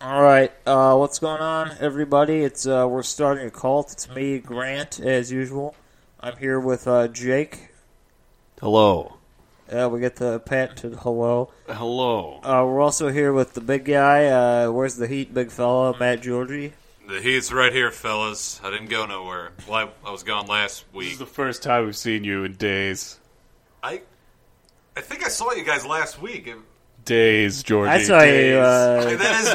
All right, uh, what's going on, everybody? It's uh, we're starting a cult. It's me, Grant, as usual. I'm here with uh, Jake. Hello. Uh, we get the patented hello. Hello. Uh, we're also here with the big guy. Uh, where's the heat, big fella? Matt Georgie. The heat's right here, fellas. I didn't go nowhere. Well, I, I was gone last This is week. the first time we've seen you in days. I, I think I saw you guys last week. It- Days, Georgie. I saw you. days. Uh, that is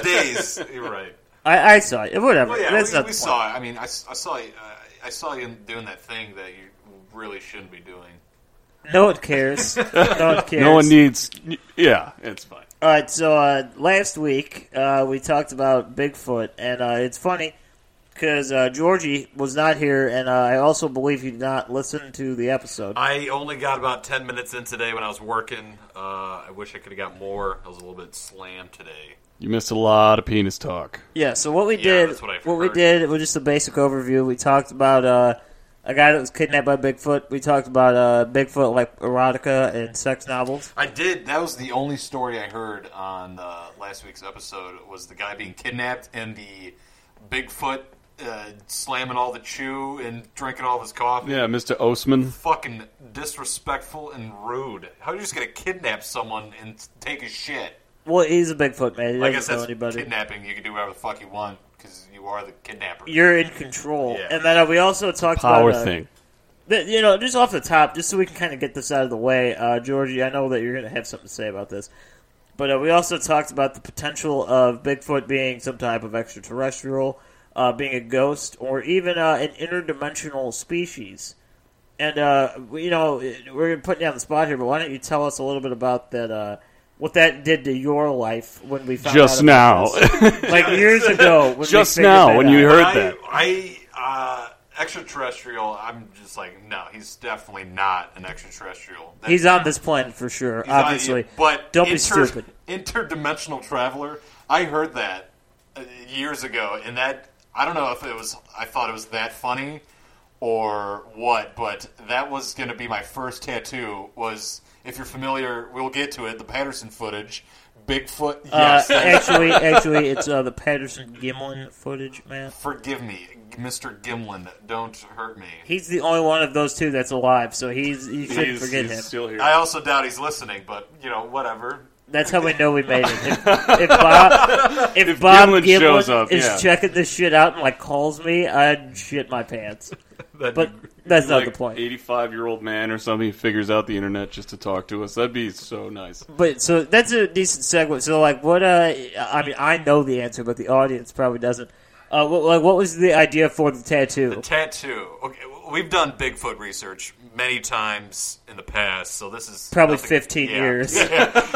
days. You're right. I, I saw you. Whatever. Well, Oh, yeah, That's we, not we the point. saw. it. I mean, I, s- I saw. you- Uh, I saw you doing that thing that you really shouldn't be doing. No one cares. no one cares. no one needs. Yeah, it's fine. All right, so uh, last week uh, we talked about Bigfoot, and uh, it's funny because uh, Georgie was not here, and uh, I also believe he did not listen to the episode. I only got about ten minutes in today when I was working. Uh, I wish I could have got more. I was a little bit slammed today. You missed a lot of penis talk. Yeah, so what we Yeah, did, that's what I've we heard. did was just a basic overview. We talked about uh, a guy that was kidnapped by Bigfoot. We talked about uh, Bigfoot like erotica and sex novels. I did. That was the only story I heard on uh, last week's episode was the guy being kidnapped and the Bigfoot uh, slamming all the chew and drinking all of his coffee. Yeah, Mr. Osman. Fucking disrespectful and rude. How are you just gonna kidnap someone and take his shit? Well, he's a Bigfoot man. He I guess doesn't know that's anybody. kidnapping. You can do whatever the fuck you want because you are the kidnapper. You're in control, Yeah. and then uh, we also talked Power about uh, thing. Th- you know, just off the top, just so we can kind of get this out of the way, uh, Georgie, I know that you're going to have something to say about this, but uh, we also talked about the potential of Bigfoot being some type of extraterrestrial, uh, being a ghost, or even uh, an interdimensional species. And uh, we- you know, we're going to put you on the spot here, but why don't you tell us a little bit about that? Uh, what that did to your life when we found Just out about now. this. like years ago. When we Just figured now, that when out. you heard I, that. I uh, extraterrestrial. I'm just like no. He's definitely not an extraterrestrial. That- He's on this planet for sure, He's not- obviously. but don't be inter- stupid. Interdimensional traveler. I heard that uh, years ago, and that I don't know if it was. I thought it was that funny or what, but that was going to be my first tattoo. Was if you're familiar, we'll get to it. The Patterson footage, Bigfoot. Uh, Yes, that- actually, actually, it's uh, the Patterson Gimlin footage, man. forgive me, Mr. Gimlin. Don't hurt me. He's the only one of those two that's alive, so he's you shouldn't He's, forget he's him. still here. I also doubt he's listening, but you know, whatever. That's how we know we made it. If, if Bob, if, Bob Gimlin Gimlin shows up, is yeah. checking this shit out and like calls me, I'd shit my pants. That'd But be- that's not the like point. 85 year old man or something figures out the internet just to talk to us. That'd be so nice. But so that's a decent segue. So like, what? Uh, I mean, I know the answer, but the audience probably doesn't. Uh, what, like, what was the idea for the tattoo? Tattoo. Okay, we've done Bigfoot research many times in the past, so this is Probably nothing- 15 yeah. years.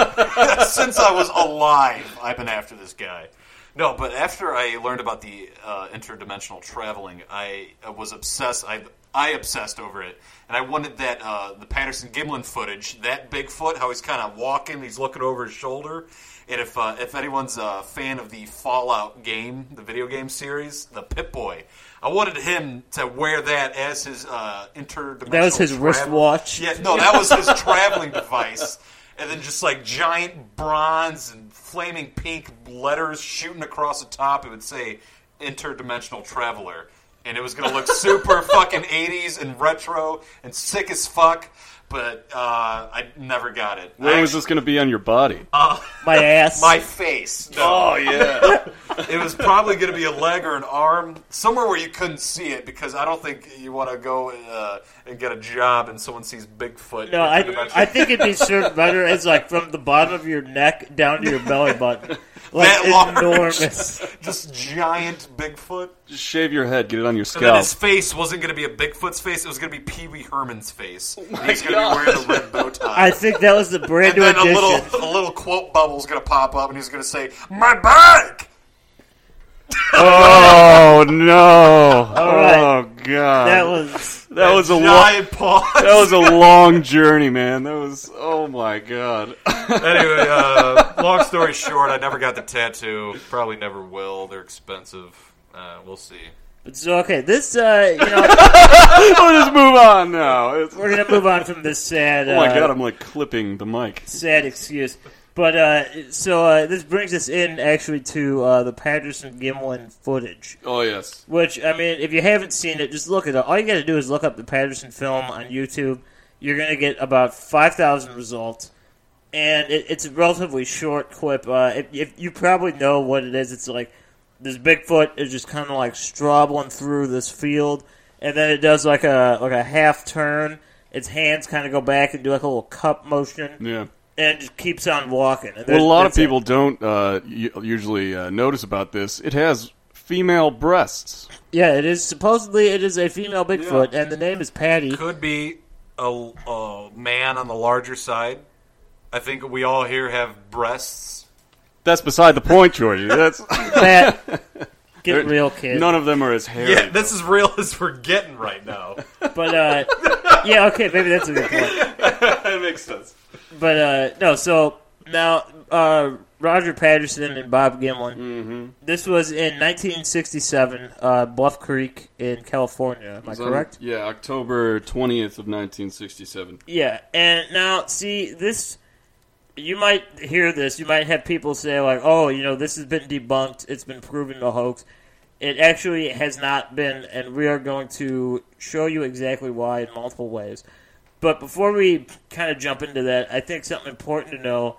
Since I was alive, I've been after this guy. No, but after I learned about the uh, interdimensional traveling, I uh, was obsessed. I I obsessed over it, and I wanted that uh, the Patterson Gimlin footage, that Bigfoot, how he's kind of walking, he's looking over his shoulder. And if uh, if anyone's a fan of the Fallout game, the video game series, the Pip Boy, I wanted him to wear that as his uh, interdimensional. That was his travel- wristwatch. Yeah, no, that was his traveling device. And then just like giant bronze and flaming pink letters shooting across the top, it would say interdimensional traveler. And it was going to look super fucking 80s and retro and sick as fuck. but uh, I never got it. Where I was actu- this going to be on your body? My ass. My face. No. Oh, Oh, yeah. it was probably going to be a leg or an arm, somewhere where you couldn't see it, because I don't think you want to go uh, and get a job and someone sees Bigfoot. no, I, I think it'd be served better as like from the bottom of your neck down to your belly button. Like That it's large. enormous. just giant Bigfoot. Just shave your head, get it on your And then scalp. his face wasn't going to be a Bigfoot's face; it was going to be Pee Wee Herman's face. He's going to be wearing a red bow tie. I think that was the brand and new then a addition. little, a little quote bubble's going to pop up, and he's going to say, "My bike." Oh no! right. Oh god! That was that was a lo- that Giant paws. was a long journey, man. That was oh my god. anyway, uh, long story short, I never got the tattoo. Probably never will. They're expensive. Uh, we'll see. so okay. This uh, you know, Let's just move on now. It's- we're gonna move on from this sad. oh my uh, god! I'm like clipping the mic. sad excuse. But uh, so uh, this brings us in actually to uh, the Patterson Gimlin footage, Oh yes. which I mean, if you haven't seen it, just look it up. All you got to do is look up the Patterson film on YouTube. You're gonna get about five thousand results, and it, it's a relatively short clip. Uh, if, if you probably know what it is, it's like this Bigfoot is just kind of like strobbling through this field, and then it does like a like a half turn. Its hands kind of go back and do like a little cup motion Yeah. and just keeps on walking. And What a that- lot of that's it. people don't uh, u- usually uh, notice about this, it has female breasts. Yeah, it is supposedly it is a female Bigfoot, and the name is Patty. Could be a, a man on the larger side. I think we all here have breasts. That's beside the point, Georgie. That's Pat, get real, kid. None of them are as hairy. Yeah, that's as real as we're getting right now. But uh, yeah, okay, maybe that's a good point. that makes sense. But uh, no, so now uh, Roger Patterson and Bob Gimlin. This was in 1967, uh, Bluff Creek in California. Am I correct? yeah, October twentieth of nineteen sixty-seven. Yeah, and now see this. You might hear this. You might have people say like, "Oh, you know, this has been debunked. It's been proven a hoax." It actually has not been, and we are going to show you exactly why in multiple ways. But before we kind of jump into that, I think something important to know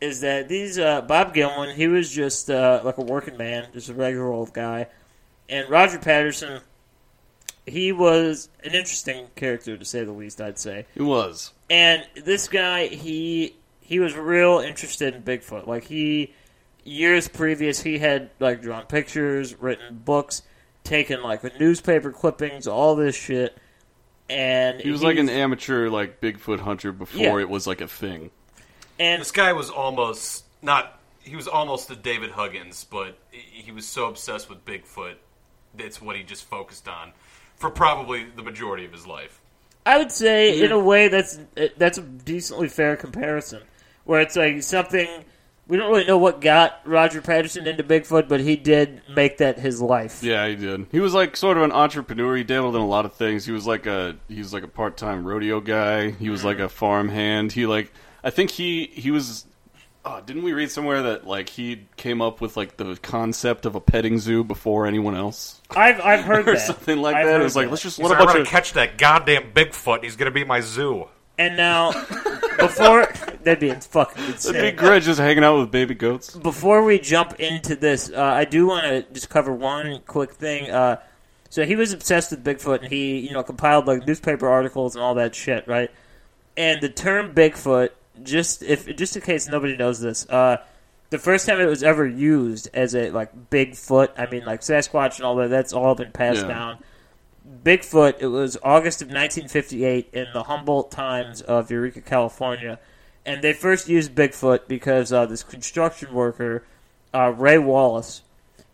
is that these uh, Bob Gilman, he was just uh, like a working man, just a regular old guy, and Roger Patterson, he was an interesting character to say the least. I'd say. It was. And this guy, he he was real interested in Bigfoot. Like he years previous, he had like drawn pictures, written books, taken like newspaper clippings, all this shit. And He was like he's- an amateur, like Bigfoot hunter before Yeah. it was like a thing. and This guy was almost not. He was almost the David Huggins, but he he was so obsessed with Bigfoot, that's what he just focused on for probably the majority of his life. I would say, in a way, that's that's a decently fair comparison, where it's like something we don't really know what got Roger Patterson into Bigfoot, but he did make that his life. Yeah, he did. He was like sort of an entrepreneur. He dabbled in a lot of things. He was like a he was like a part time rodeo guy. He was like a farm hand. He like I think he he was. Oh, didn't we read somewhere that like he came up with like the concept of a petting zoo before anyone else I've I've heard or that something like I've that? heard It was like let's just He's let a like, I'm bunch gonna of catch that goddamn Bigfoot. and He's gonna be my zoo. And now, before that'd be fucking big insane. grudge just hanging out with baby goats. Before we jump into this, uh, I do want to just cover one quick thing. Uh, so he was obsessed with Bigfoot, and he you know compiled like newspaper articles and all that shit, right? And the term Bigfoot, just if just in case nobody knows this, uh, the first time it was ever used as a like Bigfoot, I mean like Sasquatch and all that, that's all been passed Yeah. down. Bigfoot, it was August of 1958 in the Humboldt Times of Eureka, California. And they first used Bigfoot because uh, this construction worker, uh, Ray Wallace,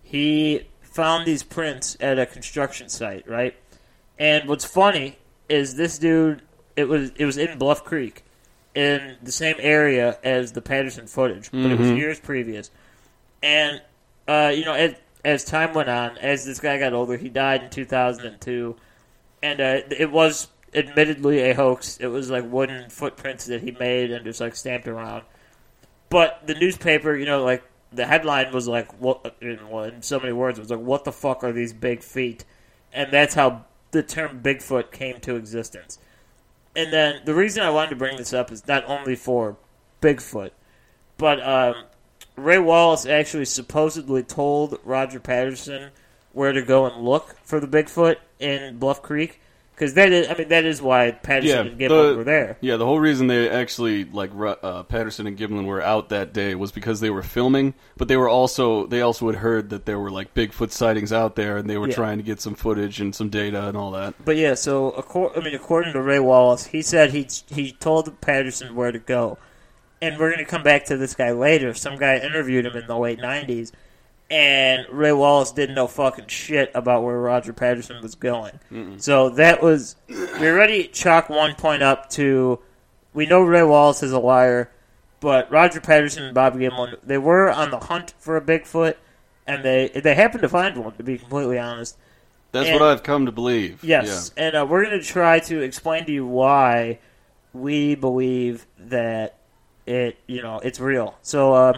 he found these prints at a construction site, right? And what's funny is this dude, it was it was in Bluff Creek, in the same area as the Patterson footage, but it was years previous. And uh, you know, as, as time went on, as this guy got older, he died in 2002, and uh, it was admittedly a hoax. It was like wooden footprints that he made and just like stamped around. But the newspaper, you know, like the headline was like, "What?" In, well, in so many words, it was like, "What the fuck are these big feet?" And that's how the term Bigfoot came to existence. And then the reason I wanted to bring this up is not only for Bigfoot, but um, Ray Wallace actually supposedly told Roger Patterson where to go and look for the Bigfoot in Bluff Creek. Because that is, I mean, that is why Patterson and Gimbel were there. Yeah, the whole reason they actually like Ru- uh, Patterson and Gimlin were out that day was because they were filming, but they were also they also had heard that there were like Bigfoot sightings out there, and they were Yeah. trying to get some footage and some data and all that. But yeah, so accor- I mean, according to Ray Wallace, he said he he told Patterson where to go, and we're going to come back to this guy later. Some guy interviewed him in the late '90s, and Ray Wallace didn't know fucking shit about where Roger Patterson was going. So that was we already chalk one point up to we know Ray Wallace is a liar, but Roger Patterson and Bob Gimlin they were on the hunt for a Bigfoot, and they they happened to find one. To be completely honest. That's And- what I've come to believe. Yes, and uh, we're going to try to explain to you why we believe that it, you know, it's real. So um,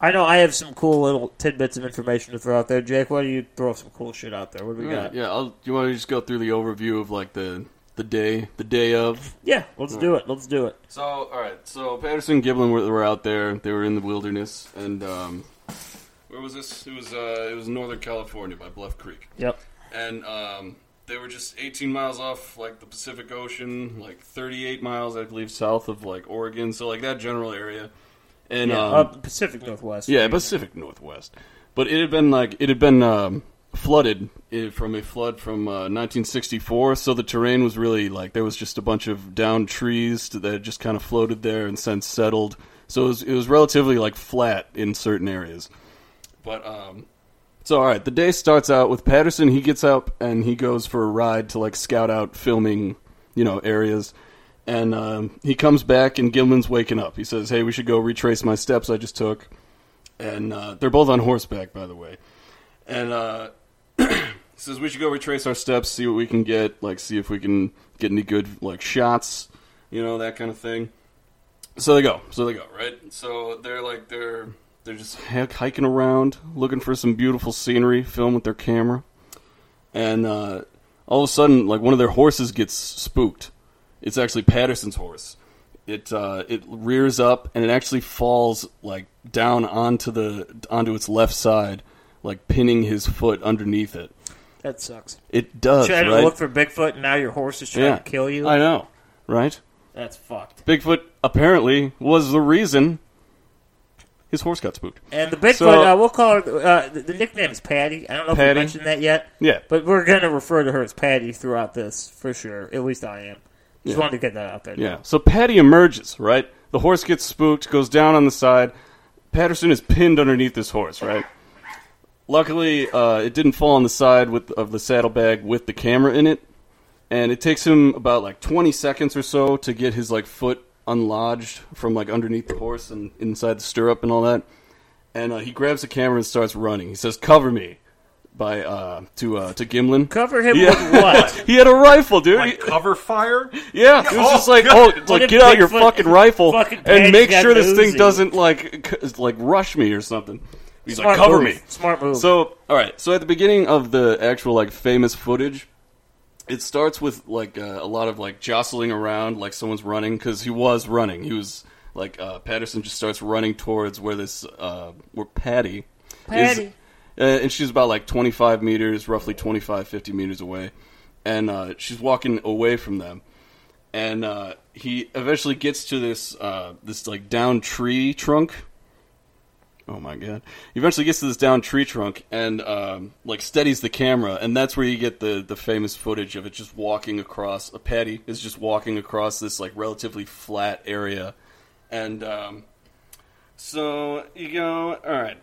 I know I have some cool little tidbits of information to throw out there. Jake, why don't you throw some cool shit out there? What do we Yeah, yeah. got? yeah I'll, you want to just go through the overview of like the the day, the day of. Yeah, let's do it. Let's do it. So, all right. So Patterson and Giblin were, were out there. They were in the wilderness, and um, where was this? It was uh, it was Northern California by Bluff Creek, Yep. and um, they were just 18 miles off like the Pacific Ocean, like 38 miles, I believe, south of like Oregon. So like that general area, and Yeah, um, uh, Pacific Northwest. yeah, Pacific Northwest. But it had been like it had been um, flooded eh, from a flood from uh, 1964, so the terrain was really like there was just a bunch of downed trees that had just kind of floated there and since settled. So it was, it was relatively like flat in certain areas. But um, so all right, the day starts out with Patterson. He gets up and he goes for a ride to like scout out filming, you know, areas. And um, he comes back and Gilman's waking up. He says, "Hey, we should go retrace my steps I just took." and uh, they're both on horseback, by the way. And uh, he says we should go retrace our steps, see what we can get, like see if we can get any good like shots, you know, that kind of thing. So they go, so they go, right? So they're like they're they're just h- hiking around, looking for some beautiful scenery, film with their camera, and uh, all of a sudden, like one of their horses gets spooked. It's actually Patterson's horse. It uh, it rears up and it actually falls like down onto the onto its left side, like pinning his foot underneath it. That sucks. It does, Trying right? to look for Bigfoot, and now your horse is trying to kill you. I know, right? That's fucked. Bigfoot apparently was the reason his horse got spooked. And the Bigfoot, So- uh, we'll call her. Uh, the, the nickname is Patty. I don't know if Patty? we mentioned that yet. Yeah. but we're gonna refer to her as Patty throughout this for sure. At least I am. Just wanted to get that out there. Yeah. So Patty emerges, right? The horse gets spooked, goes down on the side. Patterson is pinned underneath this horse, right? Luckily, uh, it didn't fall on the side with of the saddlebag with the camera in it, and it takes him about like 20 seconds or so to get his like foot unlodged from like underneath the horse and inside the stirrup and all that. And uh, he grabs the camera and starts running. He says, "Cover me," by uh, to uh, to Gimlin. Cover him Yeah. with what? he had a rifle, dude. He- Like cover fire? yeah, it was Oh, just like, God. oh, like did get out your Bigfoot- fucking rifle fucking and make Patty sure this thing Ganduzzi? doesn't like c- like rush me or something. He's Smart like, cover move. me. Smart move. So, all right. So at the beginning of the actual like famous footage, it starts with like uh, a lot of like jostling around, like someone's running because he was running. He was like uh, Patterson just starts running towards where this uh, where Patty, Patty. is, uh, and she's about like 25 meters, roughly 25, 50 meters away, and uh, she's walking away from them. And uh, he eventually gets to this uh, this like down tree trunk Oh my god! He eventually gets to this down tree trunk and um, like steadies the camera, and that's where you get the the famous footage of it just walking across. A patty is just walking across this like relatively flat area, and um, so you go. All right,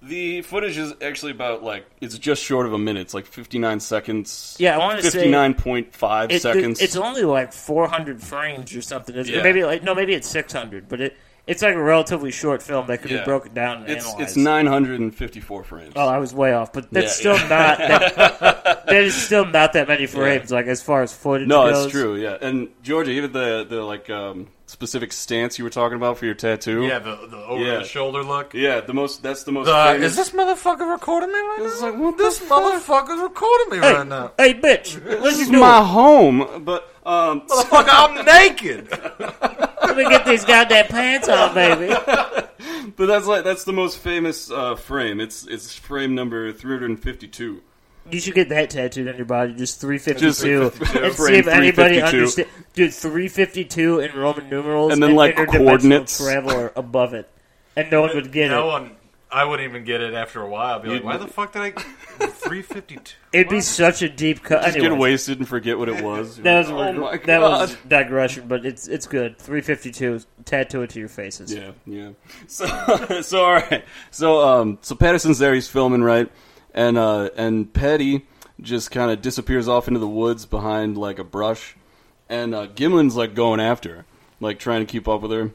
the footage is actually about like it's just short of a minute. It's like fifty nine seconds. Yeah, I wanna say- fifty nine point five It- seconds. It's only like 400 frames or something. It's, Yeah. Maybe like no, maybe it's 600, but it it's like a relatively short film that could Yeah. be broken down and it's analyzed. it's nine hundred and fifty four frames. Oh, I was way off, but that's Yeah, still not that, that is still not that many frames. Like as far as footage, No, goes. it's true. Yeah, and Georgia, even the the like um, specific stance you were talking about for your tattoo? Yeah, the, the over Yeah. the shoulder look. Yeah, the most. That's the most. Uh, famous- is this motherfucker recording me right It's now? like, what this the fuck? motherfucker's recording me right now. Hey, bitch, let's This just is do my it. home, but um, Motherfucker, I'm naked. Let me get these goddamn pants on, baby. but that's like that's the most famous uh, frame. It's it's frame number three hundred and fifty-two. You should get that tattooed on your body, just Just 352. and see frame if anybody 352. understands. Dude, 352 in Roman numerals And then, like, interdimensional coordinates. traveler above it. And no one would get no it. one. I wouldn't even get it after a while. I'd be like, why the fuck did I? Three fifty two. It'd be such a deep cut. Just get Anyways, wasted and forget what it was. That was, a oh reg- my that god. was digression, but it's it's good. 352, tattoo it to your faces. Yeah, yeah. So, so all right. So, um, so Patterson's there. He's filming, right? And uh, and Petty just kind of disappears off into the woods behind like a brush, and uh, Gimlin's like going after her, like trying to keep up with her,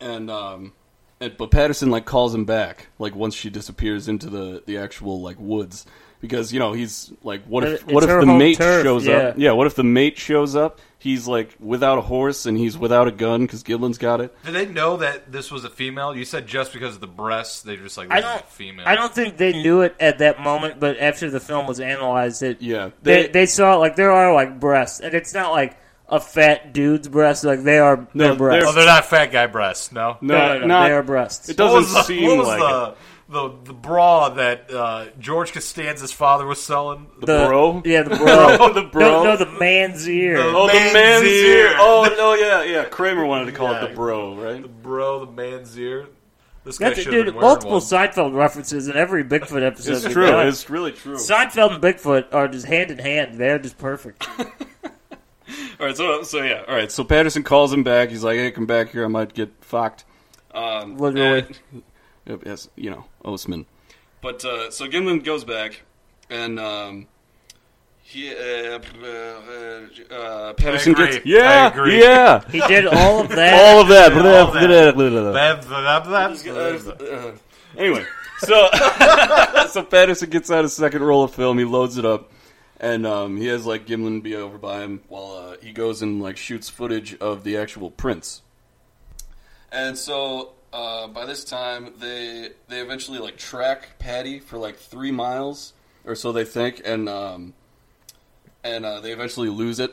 and um, and, but Patterson like calls him back, like once she disappears into the the actual like woods. Because you know he's like, what if It's what if her the home mate turf, shows yeah. up? Yeah, what if the mate shows up? He's like without a horse and he's without a gun because Gillen's got it. Did they know that this was a female? You said just because of the breasts, they just like I this is a don't, female. I don't think they knew it at that moment, but after the film was analyzed, it Yeah, they, they- they, saw like there are like breasts, and it's not like a fat dude's breast. Like they are No, their breasts. Oh, they're not fat guy breasts. No. No, no, no, no, not- they are breasts. It What doesn't was the, seem what was like it. the, the the bra that uh, George Costanza's father was selling? The, The- bro. Yeah, the bro. Oh, the No, bro. no, the man's ear. The- oh, the man's man's, ear. ear. Oh no, yeah, yeah. Kramer wanted to call Yeah. it the bro, right? bro, the man's ear. This guy That's should it, have been dude. wearing Multiple one. Seinfeld references in every Bigfoot episode. It's we've true. done. It's really true. Seinfeld and Bigfoot are just hand in hand. They're just perfect. all right, so so yeah, all right. So Patterson calls him back. He's like, "Hey, come back here. I might get fucked." Um, Literally. and- Yep, yes, you know, Osman. But uh, so Gimlin goes back, and um, he uh, uh, uh, Patterson agree. gets I yeah, agree. yeah, He did all of that. all of that, All of that. that. That- that- that- Uh, anyway, so so Patterson gets out a second roll of film. He loads it up, and um, he has like Gimlin be over by him while uh, he goes and like shoots footage of the actual prints. And so uh, by this time, they they eventually like track Patty for like three miles or so they think, and um, and uh, they eventually lose it.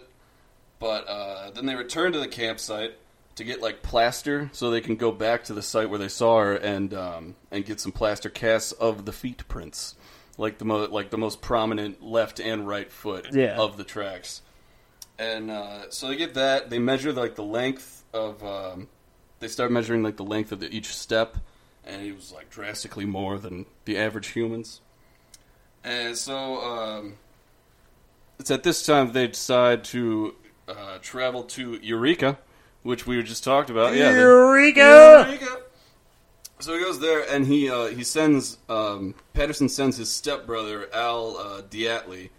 But uh, then they return to the campsite to get like plaster, so they can go back to the site where they saw her and um, and get some plaster casts of the feet prints, like the mo- like the most prominent left and right foot Yeah. of the tracks. And uh, so they get that. They measure like the length of. Um, they start measuring like the length of the, each step, and it was like drastically more than the average humans. And so um, it's at this time they decide to uh, travel to Eureka, which we just talked about. Yeah, they- Eureka! so he goes there, and he uh, he sends um, Patterson sends his stepbrother Al uh, Diatley.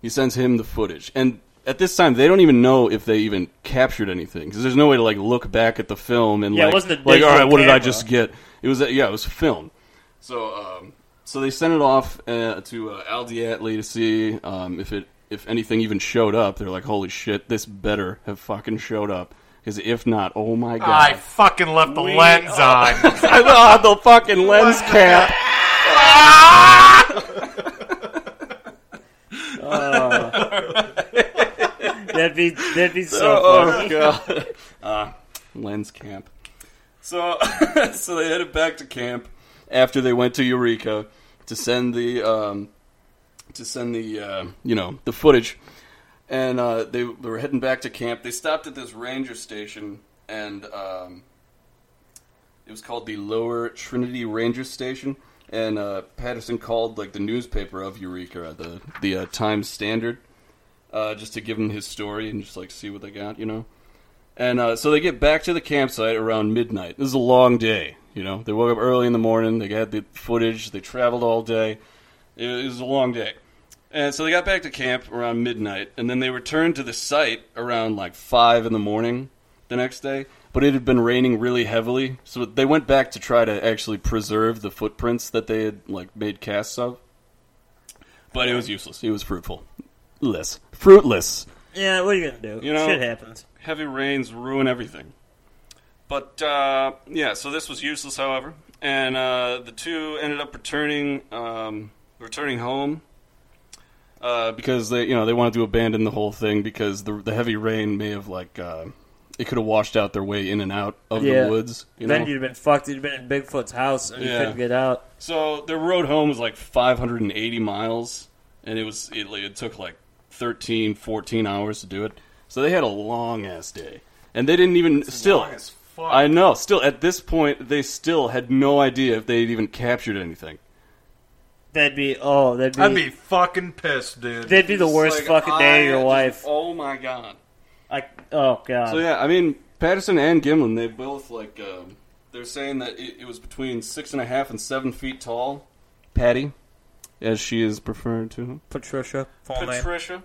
He sends him the footage, and at this time they don't even know if they even captured anything because there's no way to like look back at the film and Yeah, it like, wasn't a like all digital right, what did I camera." just get? It was yeah, it was film. So um, so they sent it off uh, to uh, Al Diatley to see um, if it if anything even showed up. They're like, holy shit, this better have fucking showed up. Because if not, oh my god, I fucking left the lens on. I thought the fucking lens cap. That'd be that'd be so. funny. Oh, god. Uh, lens camp. So, so they headed back to camp after they went to Eureka to send the um, to send the uh, you know the footage, and uh, they, they were heading back to camp. They stopped at this ranger station, and um, it was called the Lower Trinity Ranger Station. And uh, Patterson called like the newspaper of Eureka, the the uh, Times Standard, uh, just to give them his story and just like see what they got, you know. And uh, so they get back to the campsite around midnight. This is a long day, you know. They woke up early in the morning. They got the footage. They traveled all day. It it was a long day. And so they got back to camp around midnight, and then they returned to the site around like five in the morning the next day. But it had been raining really heavily, so they went back to try to actually preserve the footprints that they had like made casts of. But it was useless. It was fruitful, less fruitless. Yeah, what are you gonna do? You know- Shit happens. Heavy rains ruin everything. But uh, yeah, so this was useless, however, and uh, the two ended up returning um, returning home uh, because they you know they wanted to abandon the whole thing because the the heavy rain may have like uh, it could have washed out their way in and out of Yeah. the woods. You then know? you'd have been fucked. You'd have been in Bigfoot's house and you Yeah. couldn't get out. So the road home was like 580 miles, and it was it, it took like 13, 14 hours to do it. So they had a long ass day, and they didn't even still. long as fuck. I know. Still, at this point, they still had no idea if they'd even captured anything. That'd be oh, that'd be, I'd be fucking pissed, dude. that'd be the worst fucking day of your life. Oh my god. I oh god. So yeah, I mean Patterson and Gimlin, they both like um, they're saying that it, it was between six and a half and seven feet tall. Patty, as she is preferred to. Patricia, full name. Patricia.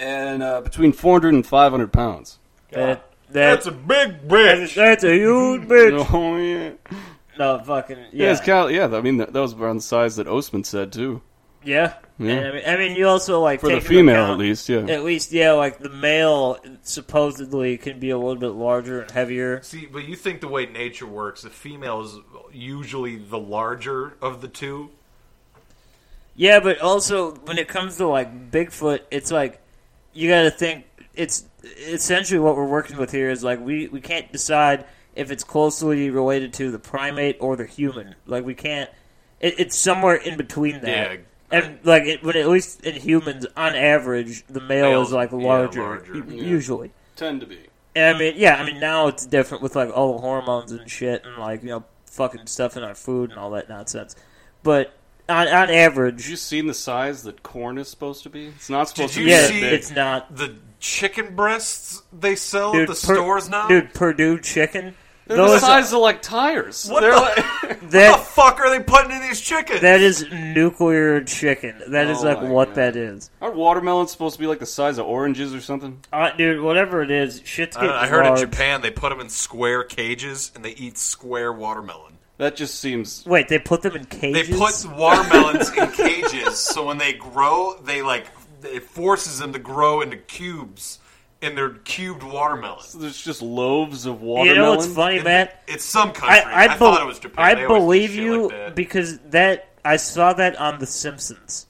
And uh, between 400 and 500 pounds. That, That's that, a big bitch. that's, a huge bitch. Oh, yeah. No, fucking Yeah, yeah, it's kind of- yeah I mean, that, that was around the size that Osman said, too. yeah. Yeah. And I mean, I mean, you also like For the take into female, account- at least, yeah. At least, yeah, like the male supposedly can be a little bit larger and heavier. See, but you think the way nature works, the female is usually the larger of the two. Yeah, but also when it comes to like Bigfoot, it's like you got to think it's essentially what we're working with here is like we we can't decide if it's closely related to the primate or the human. Like we can't. It, it's somewhere in between that. Yeah. And like, it, but at least in humans, on average, the male Male- is like yeah, larger, larger. u- usually. Tend to be. And I mean, yeah, I mean now it's different with like all the hormones and shit, and like you know, fucking stuff in our food and all that nonsense. But on on average, Have you seen the size that corn is supposed to be? It's not supposed you to be yeah, that see- big. it's not. The chicken breasts they sell Dude, at the Per- stores now. Dude, Purdue chicken. They're the Those, size of, like, tires. What They're the- like- what the that fuck are they putting in these chickens? that is nuclear chicken. That is Oh like my what God. that is. Aren't watermelons supposed to be, like, the size of oranges or something? Uh, dude, whatever it is, shit's I, getting don't know, I heard in large. Japan they put them in square cages and they eat square watermelon. That just seems... Wait, they put them in They cages. put watermelons in cages, so when they grow, they like it forces them to grow into cubes in their cubed watermelon. There's just loaves of you watermelon. know what's funny, Matt? It's some country. I, I, I, bel- thought it was Japan. I They always do believe shit you like that. because that I saw that on The Simpsons.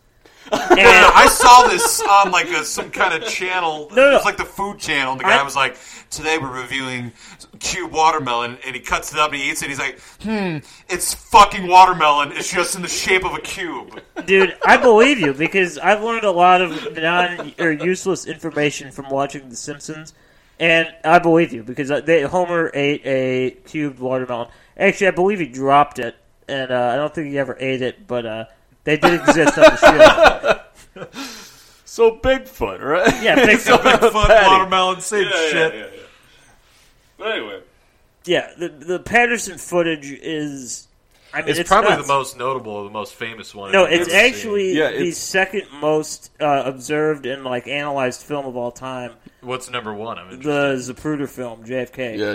Yeah, And I saw this on like a, some kind of channel. No, no. It was like the food channel. The guy I- was like, "Today we're reviewing cube watermelon," and he cuts it up and he eats it. He's like, "Hmm, it's fucking watermelon. It's just in the shape of a cube." dude, I believe you because I've learned a lot of non or useless information from watching The Simpsons, and I believe you because they, Homer ate a cubed watermelon. Actually, I believe he dropped it, and uh, I don't think he ever ate it, but uh, they did exist on the show. So Bigfoot, right? Yeah, Bigfoot. Bigfoot, Patty. watermelon, same shit. But anyway... Yeah, the the Patterson footage is. I mean, It's, it's, probably nuts. the most notable, the most famous one. No, I've it's ever seen. actually Yeah, the it's- second most uh, observed and like analyzed film of all time, what's number one. I mean, the Zapruder film, JFK. Yeah,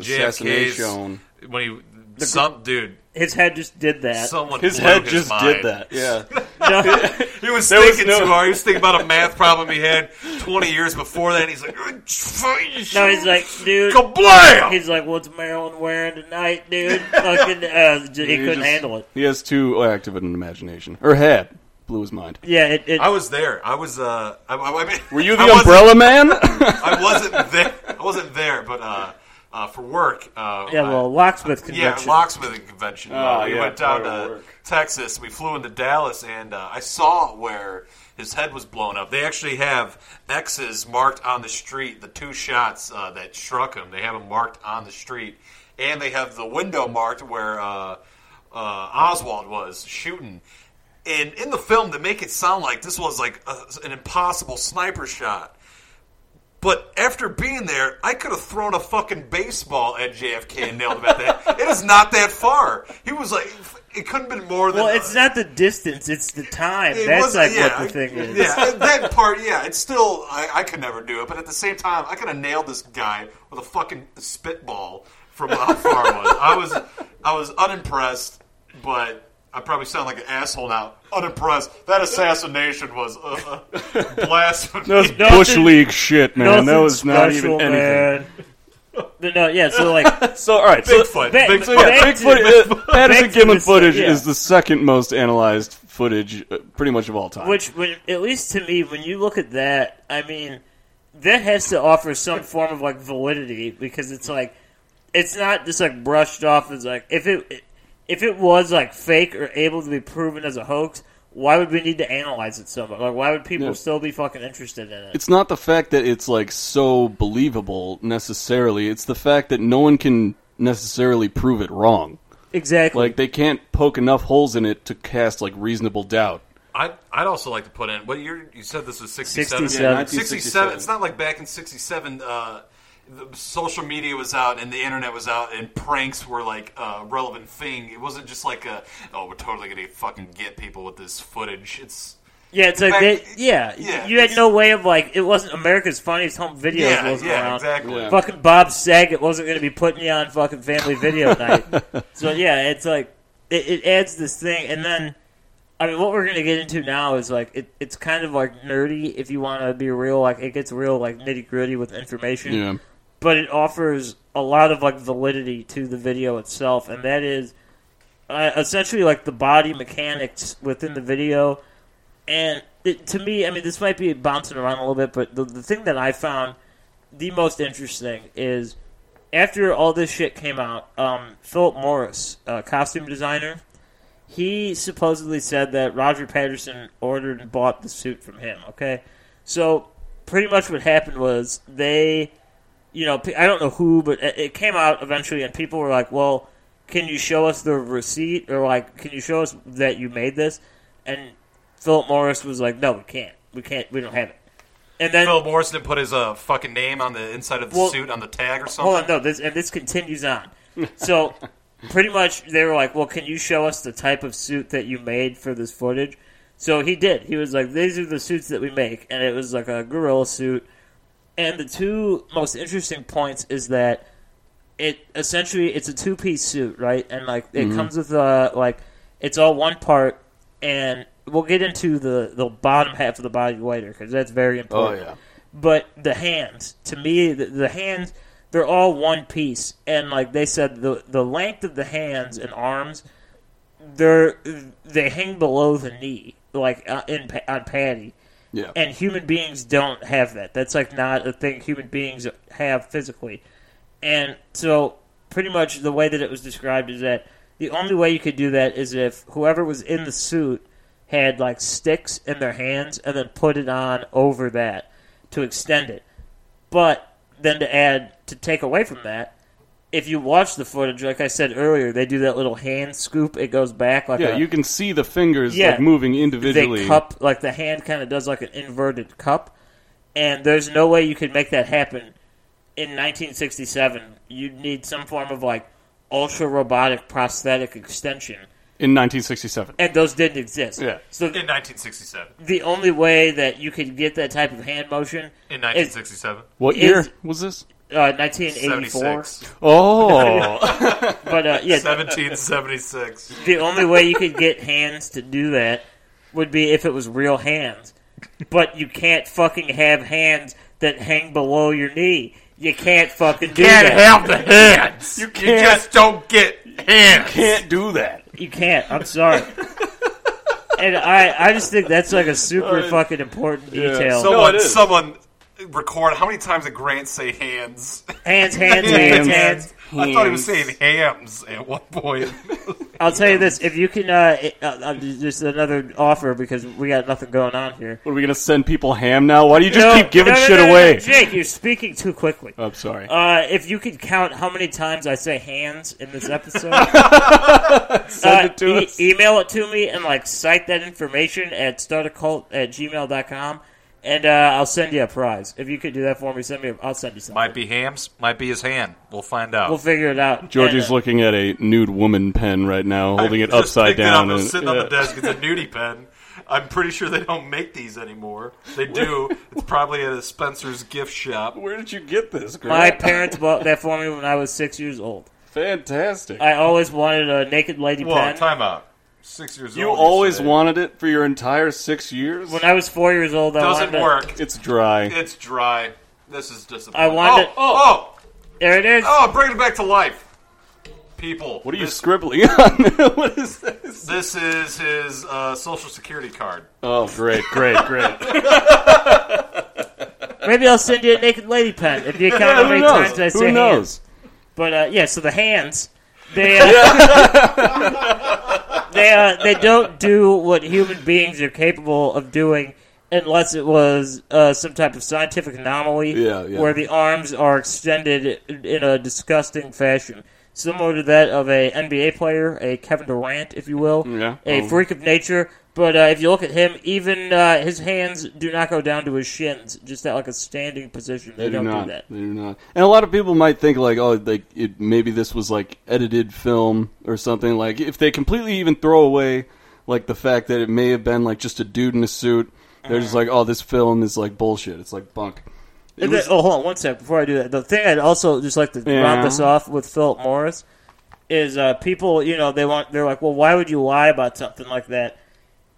JFK's assassination. when he some dude, His head just did that. Someone His blew head his just mind. did that. Yeah. He was There was thinking no- too hard. He was thinking about a math problem he had 20 years before that. And he's like, no, he's like, dude. kablam! He's like, what's Marilyn wearing tonight, dude? Fucking, uh, j- he He couldn't just- handle it. He has too active an imagination. Or had. Blew his mind. Yeah, it. it I was there. I was. Uh, I, I, I mean, Were you I the wasn't- umbrella man? I wasn't there. I wasn't there, but uh, uh, for work. Uh, yeah, well, locksmith I, yeah, convention. locksmithing convention. Uh, Oh, we yeah, went down part of to work. Texas. We flew into Dallas, and uh, I saw where his head was blown up. They actually have X's marked on the street. The two shots uh, that struck him, they have them marked on the street, and they have the window marked where uh, uh, Oswald was shooting. And in the film, they make it sound like this was like a, an impossible sniper shot. But after being there, I could have thrown a fucking baseball at JFK and nailed him at that. It is not that far. He was like, it couldn't have been more than. well, it's not the distance; it's the time. it That's wasn't- like yeah, what the thing is. Yeah, that part. Yeah, it's still. I, I could never do it. But at the same time, I could have nailed this guy with a fucking spitball from how far it was. I was, I was unimpressed. But I probably sound like an asshole now. Unimpressed. That assassination was uh, uh, blasphemy. Nothing- Bush League shit, man. Nothing that was not special, even anything. man. No, yeah. So like, So, all right, so, Bigfoot. Ba- Bigfoot. so yeah, Back to- Bigfoot, uh, Patterson back to Gimlin this- footage yeah. is the second most analyzed footage, uh, pretty much of all time. which when, at least to me, when you look at that, I mean, that has to offer some form of like validity because it's like, it's not just like brushed off as like if it if it was like fake or able to be proven as a hoax. Why would we need to analyze it so much? Like, why would people Yeah. still be fucking interested in it? it's not the fact that it's like so believable necessarily. It's the fact that no one can necessarily prove it wrong. Exactly. Like they can't poke enough holes in it to cast like reasonable doubt. I'd, I'd also like to put in. What year you said this was sixty-seven? 67. Yeah, 67. It's not like back in '67, uh, the social media was out and the internet was out and pranks were like a relevant thing. It wasn't just like a oh, we're totally gonna fucking get people with this footage. It's Yeah, it's like Back- they, yeah, yeah, You had it's- no way of like it wasn't America's Funniest Home Videos yeah, wasn't yeah, around. exactly. Yeah. Fucking Bob Saget wasn't going to be putting you on fucking Family Video Night. So yeah, it's like it, it adds this thing, and then I mean, what we're going to get into now is like it, it's kind of like nerdy if you want to be real. Like it gets real, like nitty gritty with information Yeah. but it offers a lot of like validity to the video itself, and that is uh, essentially like the body mechanics within the video. And it, to me, I mean, this might be bouncing around a little bit, but the, the thing that I found the most interesting is after all this shit came out, um, Philip Morris, uh, costume designer, he supposedly said that Roger Patterson ordered and bought the suit from him. Okay, so pretty much what happened was they you know, pe- I don't know who, but it it came out eventually, and people were like, "Well, can you show us the receipt, or like, can you show us that you made this?" And Philip Morris was like, "No, we can't. We can't. We don't have it." And then, Phil Morris didn't put his uh, fucking name on the inside of the Well- suit on the tag or something. hold on, no, this and this continues on. So, pretty much, they were like, "Well, can you show us the type of suit that you made for this footage?" So he did. He was like, "These are the suits that we make," and it was like a gorilla suit. And the two most interesting points is that it essentially it's a two piece suit, right? And like it comes with uh like it's all one part, and we'll get into the the bottom half of the body later because that's very important. yeah. But the hands, to me, the, the hands they're all one piece, and like they said, the the length of the hands and arms they're they hang below the knee, like uh, in Pa- on Patty. Yeah. And human beings don't have that. That's like not a thing human beings have physically. And so, pretty much the way that it was described is that the only way you could do that is if whoever was in the suit had like sticks in their hands and then put it on over that to extend it. But then to add to take away from that, if you watch the footage, like I said earlier, they do that little hand scoop. It goes back like yeah, a, you can see the fingers Yeah. like moving they individually. cup like the hand kind of does like an inverted cup, and there's no way you could make that happen in 1967. You'd need some form of like ultra robotic prosthetic extension, in 1967. and those didn't exist. Yeah. So In 1967. the only way that you could get that type of hand motion In is 1967. What Is- year was this? uh, 1984. 76. Oh, But uh, yeah, 1776. the only way you could get hands to do that would be if it was real hands. But you can't fucking have hands that hang below your knee. You can't fucking do Can't that. have the hands. You, just don't get hands. can't do that. You can't. I'm sorry. and I, I just think that's like a super fucking important detail. Someone, No, it is. someone record how many times did Grant say hands? hands, hands, hands, hands. I thought he was saying hams at one point. I'll tell you this: if you can, uh, uh, uh, just another offer because we got nothing going on here. What are we gonna send people ham now? Why do you just No, keep giving no, no, shit no, no, away? Oh, Jake, you're speaking too quickly. I'm sorry. Uh, if you could count how many times I say hands in this episode, Send uh, it to e- us. email it to me and like cite that information at startacult at gmail.com and uh, I'll send you a prize. If you could do that for me, send me. A, I'll send you something. might be hams, might be his hand. We'll find out. we'll figure it out. Georgie's And, uh, looking at a nude woman pen right now, holding it I just upside picked it down. Up. It was and- sitting on the yeah. desk. It's a nudie pen. I'm pretty sure they don't make these anymore. They do. it's probably at a Spencer's gift shop. Where did you get this? Girl? uh, My parents bought that for me when I was six years old. fantastic. I always wanted a naked lady Whoa, pen. time out. Six years you old. always said. wanted it for your entire six years. When I was four years old, I Doesn't wanted. work. it's dry. It's dry. This is disappointing. I wanted- Oh, oh, A, There it is. Oh, bringing it back to life. People. What are you This, scribbling on? what is this? this is his uh, social security card. Oh, great, great, great. Maybe I'll send you a naked lady pen if you count how Who many knows? times I say Who hands. knows? But uh, yeah, so the hands they uh, they uh, they don't do what human beings are capable of doing unless it was uh, some type of scientific anomaly Yeah, yeah. where the arms are extended in a disgusting fashion. Similar to that of a NBA player, a Kevin Durant, if you will, Yeah. a Oh. freak of nature. But uh, if you look at him, even uh, his hands do not go down to his shins, just at like a standing position. They, They do not not. do that. They do not. And a lot of people might think like, oh, like it, maybe this was like edited film or something. Like if they completely even throw away like the fact that it may have been like just a dude in a suit, they're Uh-huh. just like, oh, this film is like bullshit. It's like bunk. It And was- then- oh, hold on one sec before I do that. The thing I'd also just like to Yeah. round this off with Philip Morris is uh, people, you know, they want they're like, well, why would you lie about something like that?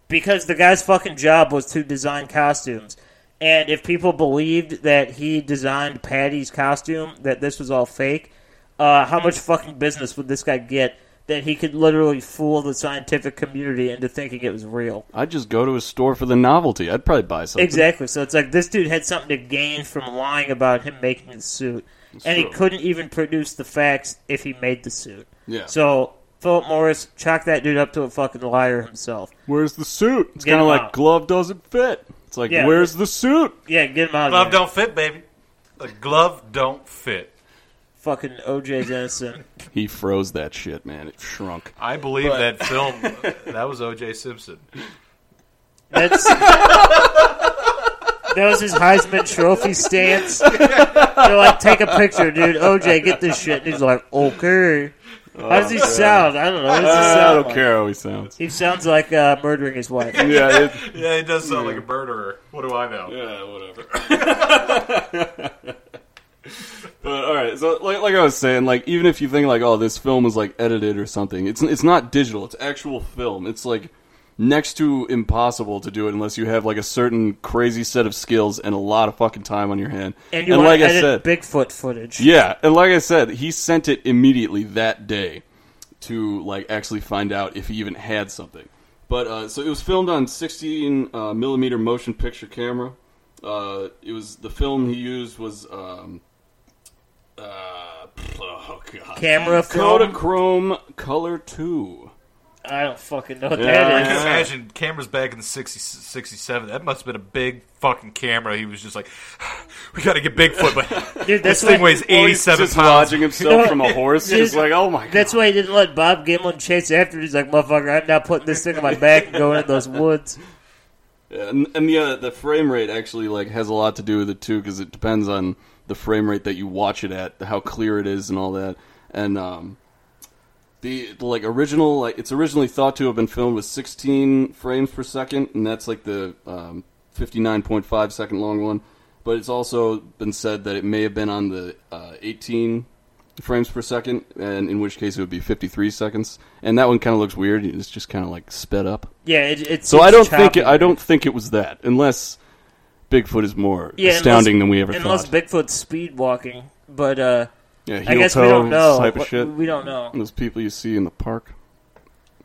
Because the guy's fucking job was to design costumes, and if people believed that he designed Patty's costume, that this was all fake, uh, how much fucking business would this guy get that he could literally fool the scientific community into thinking it was real? I'd just go to a store for the novelty. I'd probably buy something. Exactly. So it's like this dude had something to gain from lying about him making the suit, and he true. couldn't even produce the facts if he made the suit. Yeah. So Philip Morris chalk that dude up to a fucking liar himself. Where's the suit? It's Get kind of him like out. glove doesn't fit. It's like Yeah. where's the suit? Yeah, get him out Glove of there. don't fit, baby. The glove don't fit. Fucking OJ Simpson. He froze that shit, man. It shrunk. I believe that film. that was O.J. Simpson. That's that was his Heisman Trophy stance. They're like, take a picture, dude. OJ, get this shit. And he's like, okay. How does he sound? I don't know. How does he Oh, Uh, I sound don't like? care how he sounds. He sounds like uh, murdering his wife. yeah, it, Yeah, he does sound like a murderer. What do I know? Yeah, whatever. but all right, so like, like I was saying, like even if you think like, oh, this film was like edited or something, it's it's not digital; it's actual film. It's like next to impossible to do it unless you have like a certain crazy set of skills and a lot of fucking time on your hand. And you want like to I edit said, Bigfoot footage. yeah, and like I said, he sent it immediately that day to like actually find out if he even had something. But uh, so it was filmed on 16 uh, millimeter motion picture camera. Uh, it was the film he used was um, uh, oh god, Camera film. Kodachrome Color Two. I don't fucking know what Yeah. I that can is. imagine cameras back in the 60, 67. That must have been a big fucking camera. He was just like, we got to get Bigfoot, but Dude, that's this thing why, weighs 87 Just pounds. lodging himself from a horse. Dude, He's like, oh my god. That's why he didn't let Bob Gimlin chase after. him. He's like, motherfucker, I'm not putting this thing on my back and going in those woods. Yeah, and, and the uh, the frame rate actually like has a lot to do with it too because it depends on the frame rate that you watch it at, how clear it is, and all that. And um, the the, like original like it's originally thought to have been filmed with 16 frames per second, and that's like the um, 59.5 second long one. But it's also been said that it may have been on the uh, 18 frames per second, and in which case it would be 53 seconds. And that one kind of looks weird; it's just kind of like sped up. Yeah, it, it's So it's I don't choppy. think it, I don't think it was that, unless Bigfoot is more yeah, unless- astounding than we ever unless thought. Bigfoot's speed walking, but uh, yeah, heel I guess toe we don't know. type of but shit. We don't know. Those people you see in the park.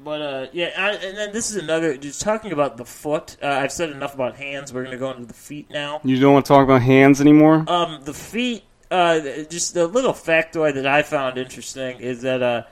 But uh, yeah, I, and then this is another. Just talking about the foot. Uh, I've said enough about hands. We're gonna go into the feet now. You don't want to talk about hands anymore. Um, the feet. Uh, th- just the little factoid that I found interesting is that uh,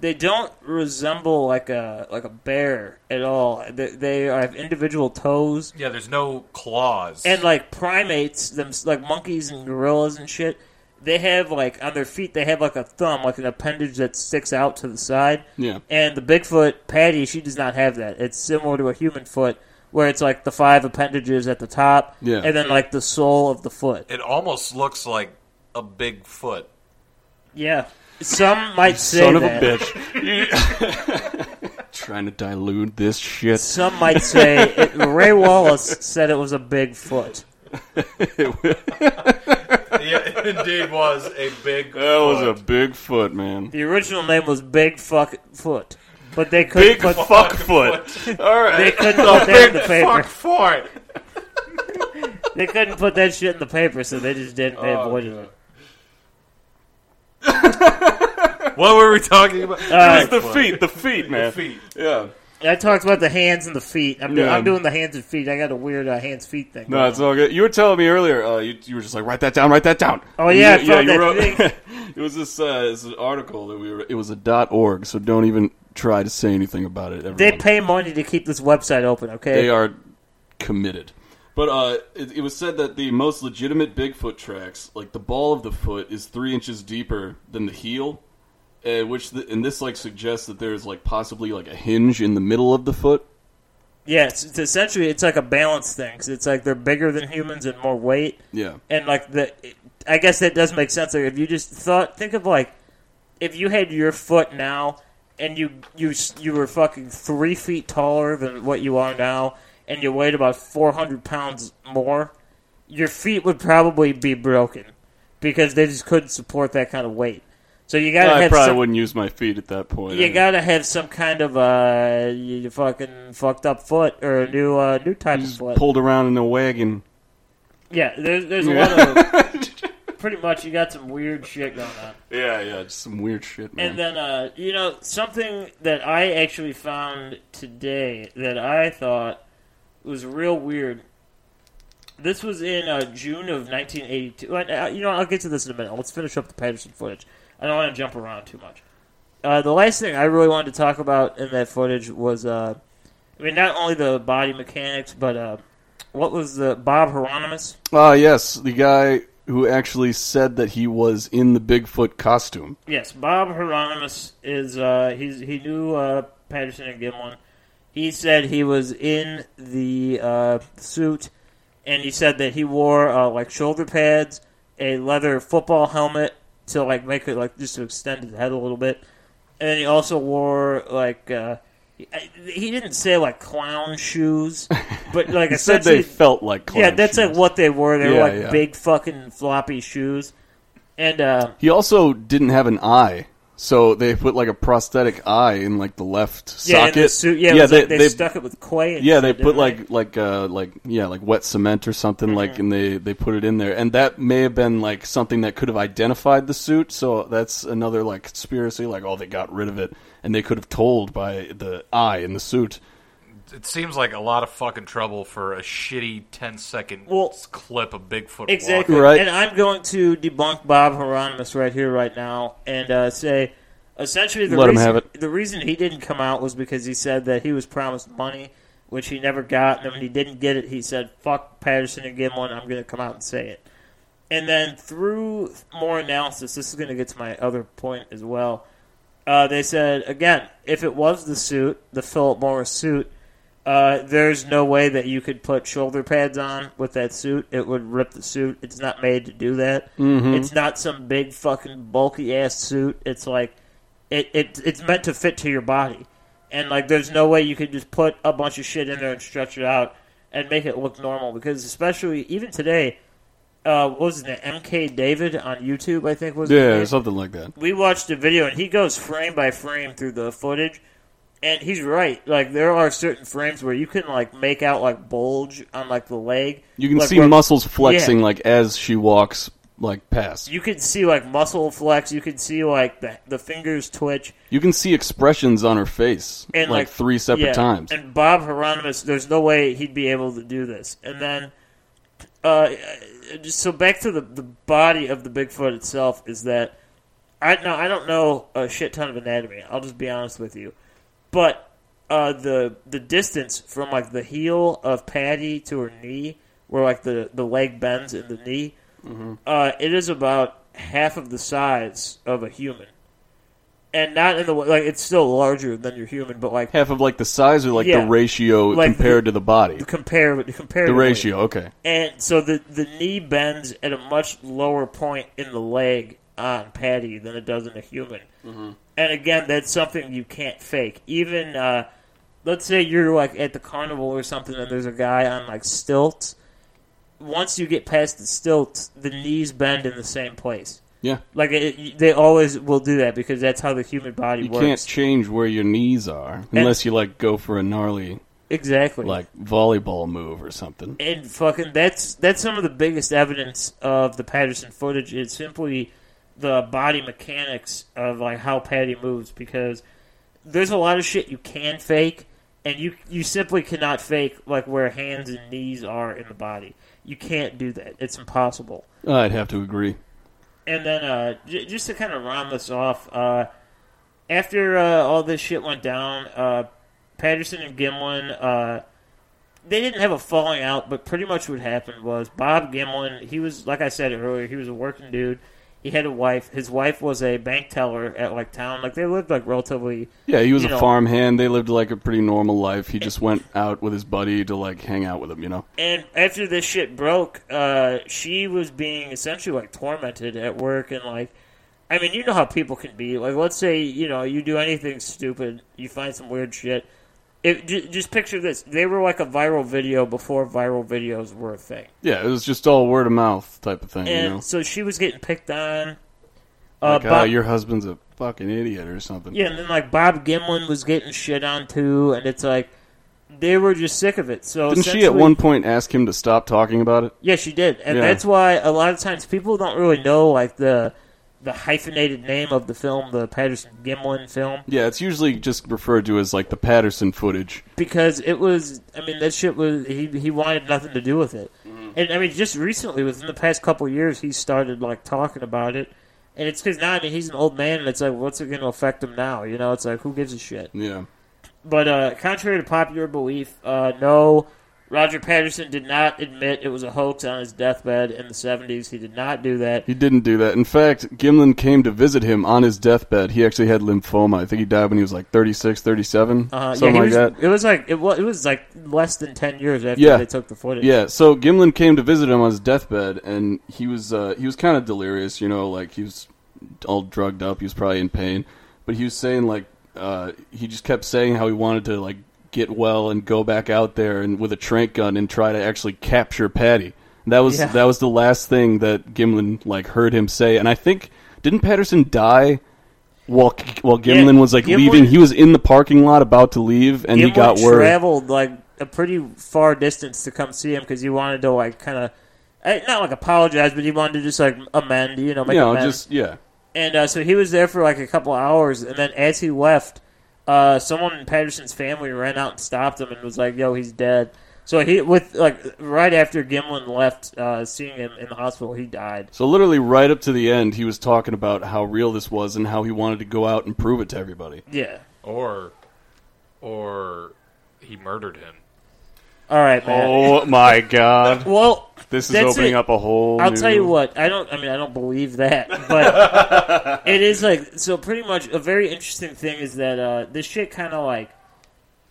they don't resemble like a like a bear at all. They, they have individual toes, Yeah, there's no claws. and like primates, them like monkeys and gorillas and shit. They have like on their feet, they have like a thumb, like an appendage that sticks out to the side. Yeah. And the Bigfoot Patty, she does not have that. It's similar to a human foot, where it's like the five appendages at the top, Yeah. and then like the sole of the foot. it almost looks like a big foot. Yeah. Some might say Son of that. a bitch! Trying to dilute this shit. Some might say it, Ray Wallace said it was a big foot. yeah, it indeed was a big That was a Bigfoot, man. The original name was Big Fuck Foot, but they couldn't Big put fuckfoot. All they right. couldn't put that in the paper. fuck for it. They couldn't put that shit in the paper, so they just didn't. They avoided it. what were we talking about? It's the feet, the feet, man. feet. Yeah. I talked about the hands and the feet. I'm, do- Yeah. I'm doing the hands and feet. I got a weird uh, hands feet thing. No, it's all good. You were telling me earlier. Uh, you, you were just like, write that down, write that down. Oh, yeah, I found that it was this. Uh, this article that we were. It was a dot org. So don't even try to say anything about it. Everyone. they pay money to keep this website open. Okay, They are committed. But uh, it, it was said that the most legitimate Bigfoot tracks, like the ball of the foot, is three inches deeper than the heel, uh, which the, and this like suggests that there's like possibly like a hinge in the middle of the foot. yeah. It's, it's essentially it's like a balance thing. 'cause it's like they're bigger than humans and more weight. Yeah. and like the i guess that does make sense like if you just thought think of like if you had your foot now and you you s- you were fucking three feet taller than what you are now and you weighed about 400 pounds more your feet would probably be broken because they just couldn't support that kind of weight so you gotta I have probably some, wouldn't use my feet at that point. you gotta have some kind of uh you you fucking fucked up foot or a new uh new type of just foot pulled around in a wagon. yeah there's, there's a lot of pretty much you got some weird shit going on Yeah, yeah, just some weird shit, man. And then, uh, you know, something that I actually found today that I thought was real weird. This was in uh, June of 1982. Well, uh, You know, I'll get to this in a minute. Let's finish up the Patterson footage. I don't want to jump around too much. Uh, the last thing I really wanted to talk about in that footage was, uh, I mean, not only the body mechanics, but uh, what was the Bob Hieronymus? Ah, yes, the guy who actually said that he was in the Bigfoot costume. Yes, Bob Hieronymus is uh, he's he knew uh, Patterson and Gimlin. He said he was in the uh, suit, and he said that he wore uh, like shoulder pads, a leather football helmet to like make it like just to extend his head a little bit, and then he also wore like uh, he, I- he didn't say like clown shoes, but like He said they essentially- felt like clown yeah, that's shoes. like what they were. They were Yeah, like yeah. big fucking floppy shoes, and. Uh, He also didn't have an eye, so they put like a prosthetic eye in like the left Yeah, socket. in the suit. Yeah, it was they, like they, they- stuck it with clay. And yeah, shit, they put didn't like like uh like yeah like wet cement or something Mm-hmm. like, and they they put it in there, and that may have been like something that could have identified the suit. So that's another like conspiracy, like oh they got rid of it, and they could have told by the eye in the suit. It seems like a lot of fucking trouble for a shitty 10 second Well, clip of Bigfoot walking. exactly. Right. And I'm going to debunk Bob Hieronymus right here, right now, and uh, say essentially the Let him reason have it. the reason he didn't come out was because he said that he was promised money, which he never got, and when he didn't get it, he said "fuck Patterson and Gimlin." I'm going to come out and say it. And then through more analysis, this is going to get to my other point as well. Uh, they said again, if it was the suit, the Philip Morris suit, uh, there's no way that you could put shoulder pads on with that suit. It would rip the suit. It's not made to do that. It's not some big fucking bulky ass suit. It's like it, it it's meant to fit to your body. And like there's no way you could just put a bunch of shit in there and stretch it out and make it look normal because especially even today uh, what was it, MK David on YouTube, I think was his Yeah, name? something like that. we watched a video and he goes frame by frame through the footage and he's right like there are certain frames where you can like make out like bulge on like the leg You can Like, see where- muscles flexing Yeah. like as she walks like past. you can see like muscle flex you can see like the, the fingers twitch You can see expressions on her face and like, like, three separate yeah, times. and bob hieronymus there's no way he'd be able to do this and then uh, so back to the, the body of the bigfoot itself is that I no, I don't know a shit ton of anatomy. I'll just be honest with you, but uh, the the distance from like the heel of Patty to her knee, where like the the leg bends in the knee, Mm-hmm. uh, it is about half of the size of a human, and not in the way like it's still larger than your human, but like Half of like the size or like Yeah. the ratio Like compared to the body. compare compare The ratio, okay. And so the the knee bends at a much lower point in the leg on Patty than it does in a human. And again, that's something you can't fake. Even uh, let's say you're like at the carnival or something, and there's a guy on like stilts. Once you get past the stilts, the knees bend in the same place. Yeah. Like it, they always will do that because that's how the human body You works. can't change where your knees are unless you like go for a gnarly exactly like volleyball move or something. and fucking that's that's some of the biggest evidence of the Patterson footage is simply the body mechanics of like how Patty moves because there's a lot of shit you can fake and you you simply cannot fake like where hands and knees are in the body. You can't do that. It's impossible. I'd have to agree. And then uh, j- just to kind of round this off, uh, after uh, all this shit went down, uh, Patterson and Gimlin, uh, they didn't have a falling out, but pretty much what happened was Bob Gimlin, he was, like I said earlier, he was a working dude. He had a wife. His wife was a bank teller at like town. Like they lived like relatively. Yeah, he was you a know, farmhand. They lived like a pretty normal life. He just went out with his buddy to like hang out with him, you know. And after this shit broke, uh, she was being essentially like tormented at work and like, I mean, you know how people can be. Like, let's say you know you do anything stupid, you find some weird shit. If, ju- just picture this: they were like a viral video before viral videos were a thing, Yeah, it was just all word of mouth type of thing, you and know. so she was getting picked on. Uh, Like, oh, Bob, your husband's a fucking idiot or something. yeah, and then like Bob Gimlin was getting shit on too, and it's like they were just sick of it. So Didn't she at essentially- one point ask him to stop talking about it? Yeah, she did, and Yeah. that's why a lot of times people don't really know like the the hyphenated name of the film, the Patterson Gimlin film, Yeah, it's usually just referred to as like the Patterson footage. because it was. I mean, that shit was he he wanted nothing to do with it, and I mean, just recently, within the past couple of years, he started like talking about it, and it's because now I mean he's an old man, and it's like, what's it going to affect him now? You know, it's like who gives a shit. Yeah. But uh, contrary to popular belief, uh, no, Roger Patterson did not admit it was a hoax on his deathbed in the 70s. He did not do that. He didn't do that. In fact, Gimlin came to visit him on his deathbed. He actually had lymphoma. I think he died when he was like 36, 37, Uh, yeah, something he like was, that. It was like it was, it was like less than ten years after Yeah. they took the footage. Yeah, so Gimlin came to visit him on his deathbed, and he was uh, he was kind of delirious, you know, like he was all drugged up. He was probably in pain, but he was saying like uh, he just kept saying how he wanted to like get well and go back out there and with a trank gun and try to actually capture Patty. And that was Yeah. that was the last thing that Gimlin like heard him say, and I think didn't Patterson die? While, while Gimlin was like Gimlin- leaving, he was in the parking lot about to leave, and he Gimlin got word. traveled like a pretty far distance to come see him because he wanted to like kind of not like apologize, but he wanted to just like amend, you know, make you know, amends. just yeah. And uh, so he was there for like a couple hours, and then as he left, uh, someone in Patterson's family ran out and stopped him and was like, "Yo, he's dead." So he with like right after Gimlin left, uh, seeing him in the hospital, he died. So literally right up to the end, he was talking about how real this was and how he wanted to go out and prove it to everybody. Yeah. Or, or he murdered him. All right, man. Oh my god. Well, This is That's opening it. up a whole I'll new- tell you what. I don't. I mean, I don't believe that, but it is like so. Pretty much, a very interesting thing is that uh, this shit kind of like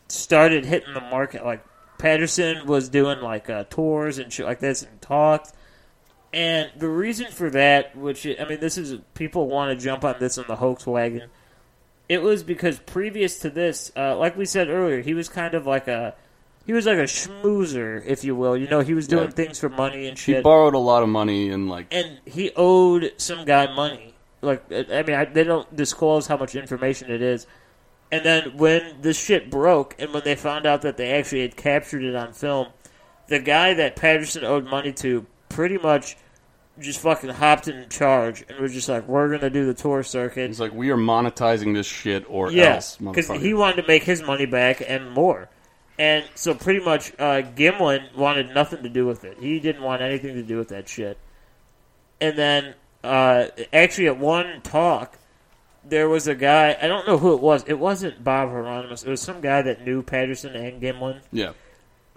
started hitting the market. Like Patterson was doing like uh, tours and shit like this and talked. And the reason for that, which I mean, this is people want to jump on this on the hoax wagon. It was because previous to this, uh, like we said earlier, he was kind of like a he was like a schmoozer, if you will. You know, he was doing Yeah. things for money and shit He borrowed a lot of money and like and he owed some guy money. Like, I I mean, I, they don't disclose how much information it is. And then when this shit broke, and when they found out that they actually had captured it on film, the guy that Patterson owed money to pretty much just fucking hopped in charge and was just like, "We're gonna do the tour circuit." he's like, we are monetizing this shit or else, Yes, because motherfucker. he wanted to make his money back and more. And so pretty much, uh, Gimlin wanted nothing to do with it. He didn't want anything to do with that shit. And then, uh, actually, at one talk, there was a guy. I don't know who it was. It wasn't Bob Hieronymus. It was some guy that knew Patterson and Gimlin, yeah,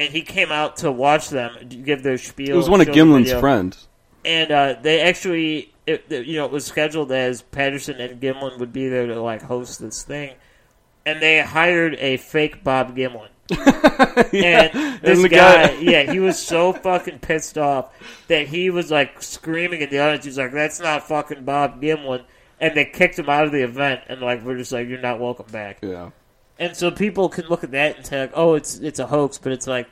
and he came out to watch them give their spiel. it was and one of show the Gimlin's video. friends. and uh, they actually, it, it- you know, it was scheduled as Patterson and Gimlin would be there to like host this thing, and they hired a fake Bob Gimlin. and this the guy, guy- yeah, he was so fucking pissed off that he was like screaming at the audience. He was like, "That's not fucking Bob Gimlin," and they kicked him out of the event. And like, we're just like, "You're not welcome back." Yeah, And so people can look at that and say, like, "Oh, it's it's a hoax," but it's like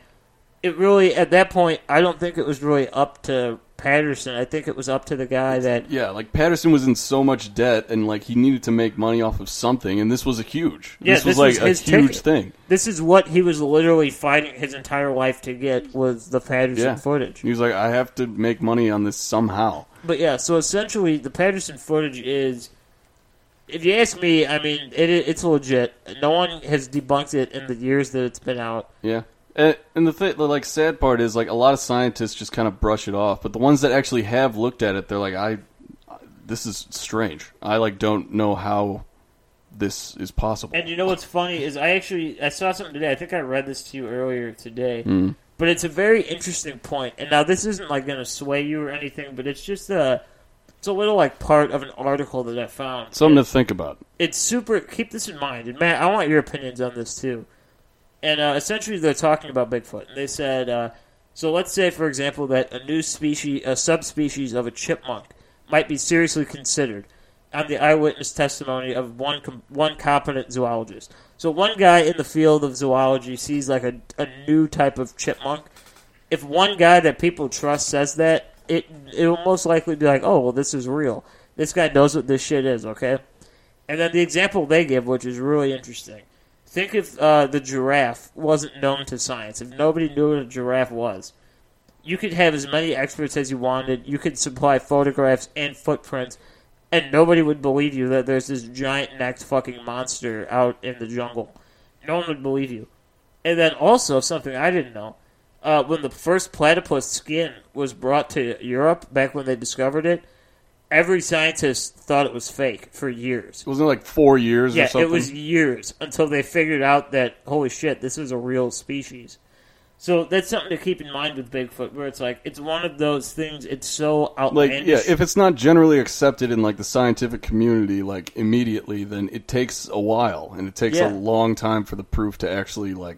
it really at that point. I don't think it was really up to Patterson. I think it was up to the guy that yeah. Like Patterson was in so much debt and like he needed to make money off of something, and this was a huge. Yeah, this was this like was a his huge ticket. thing. this is what he was literally fighting his entire life to get was the Patterson Yeah, footage. He was like, I have to make money on this somehow. But yeah, so essentially, the Patterson footage is, if you ask me, I mean, it, it's legit. No one has debunked it in the years that it's been out. Yeah. And, and the thing, the like sad part is like a lot of scientists just kind of brush it off, but the ones that actually have looked at it, they're like, I, this is strange. I like don't know how this is possible. And you know what's funny is I actually I saw something today. I think I read this to you earlier today. But it's a very interesting point. And now this isn't like going to sway you or anything, but it's just a it's a little like part of an article that I found. Something to think about. it's super. Keep this in mind, and Matt, I want your opinions on this too. And uh, essentially, they're talking about Bigfoot. And they said, uh, so let's say, for example, that a new species, a subspecies of a chipmunk, might be seriously considered. On the eyewitness testimony of one com- one competent zoologist, so one guy in the field of zoology sees like a, a new type of chipmunk. If one guy that people trust says that, it it will most likely be like, oh well, this is real. This guy knows what this shit is. Okay. And then the example they give, which is really interesting. Think if uh, the giraffe wasn't known to science, if nobody knew what a giraffe was. You could have as many experts as you wanted, you could supply photographs and footprints, and nobody would believe you that there's this giant necked fucking monster out in the jungle. No one would believe you. And then also, something I didn't know uh, when the first platypus skin was brought to Europe, back when they discovered it, every scientist thought it was fake for years. Wasn't it like four years or Yeah, something? it was years until they figured out that holy shit, this is a real species. So that's something to keep in mind with Bigfoot, where it's like it's one of those things. It's so like outlandish. yeah if it's not generally accepted in like the scientific community like immediately then it takes a while and it takes Yeah. a long time for the proof to actually like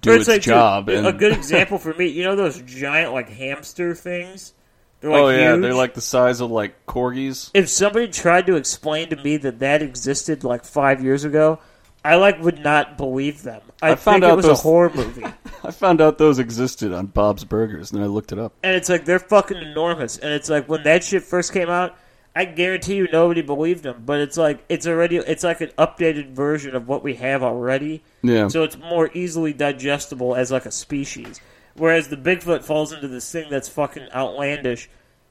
do Or its, like, dude, job and A good example for me, you know those giant like hamster things. They're like oh yeah huge? they're like the size of like corgis if somebody tried to explain to me that that existed like five years ago, I like would not believe them. I, I found think it out was those- a horror movie. i found out those existed on bob's burgers and i looked it up and it's like they're fucking enormous. And it's like when that shit first came out, I guarantee you nobody believed them. But it's like it's already it's like an updated version of what we have already. Yeah. So it's more easily digestible as like a species. Whereas the Bigfoot falls into this thing that's fucking outlandish.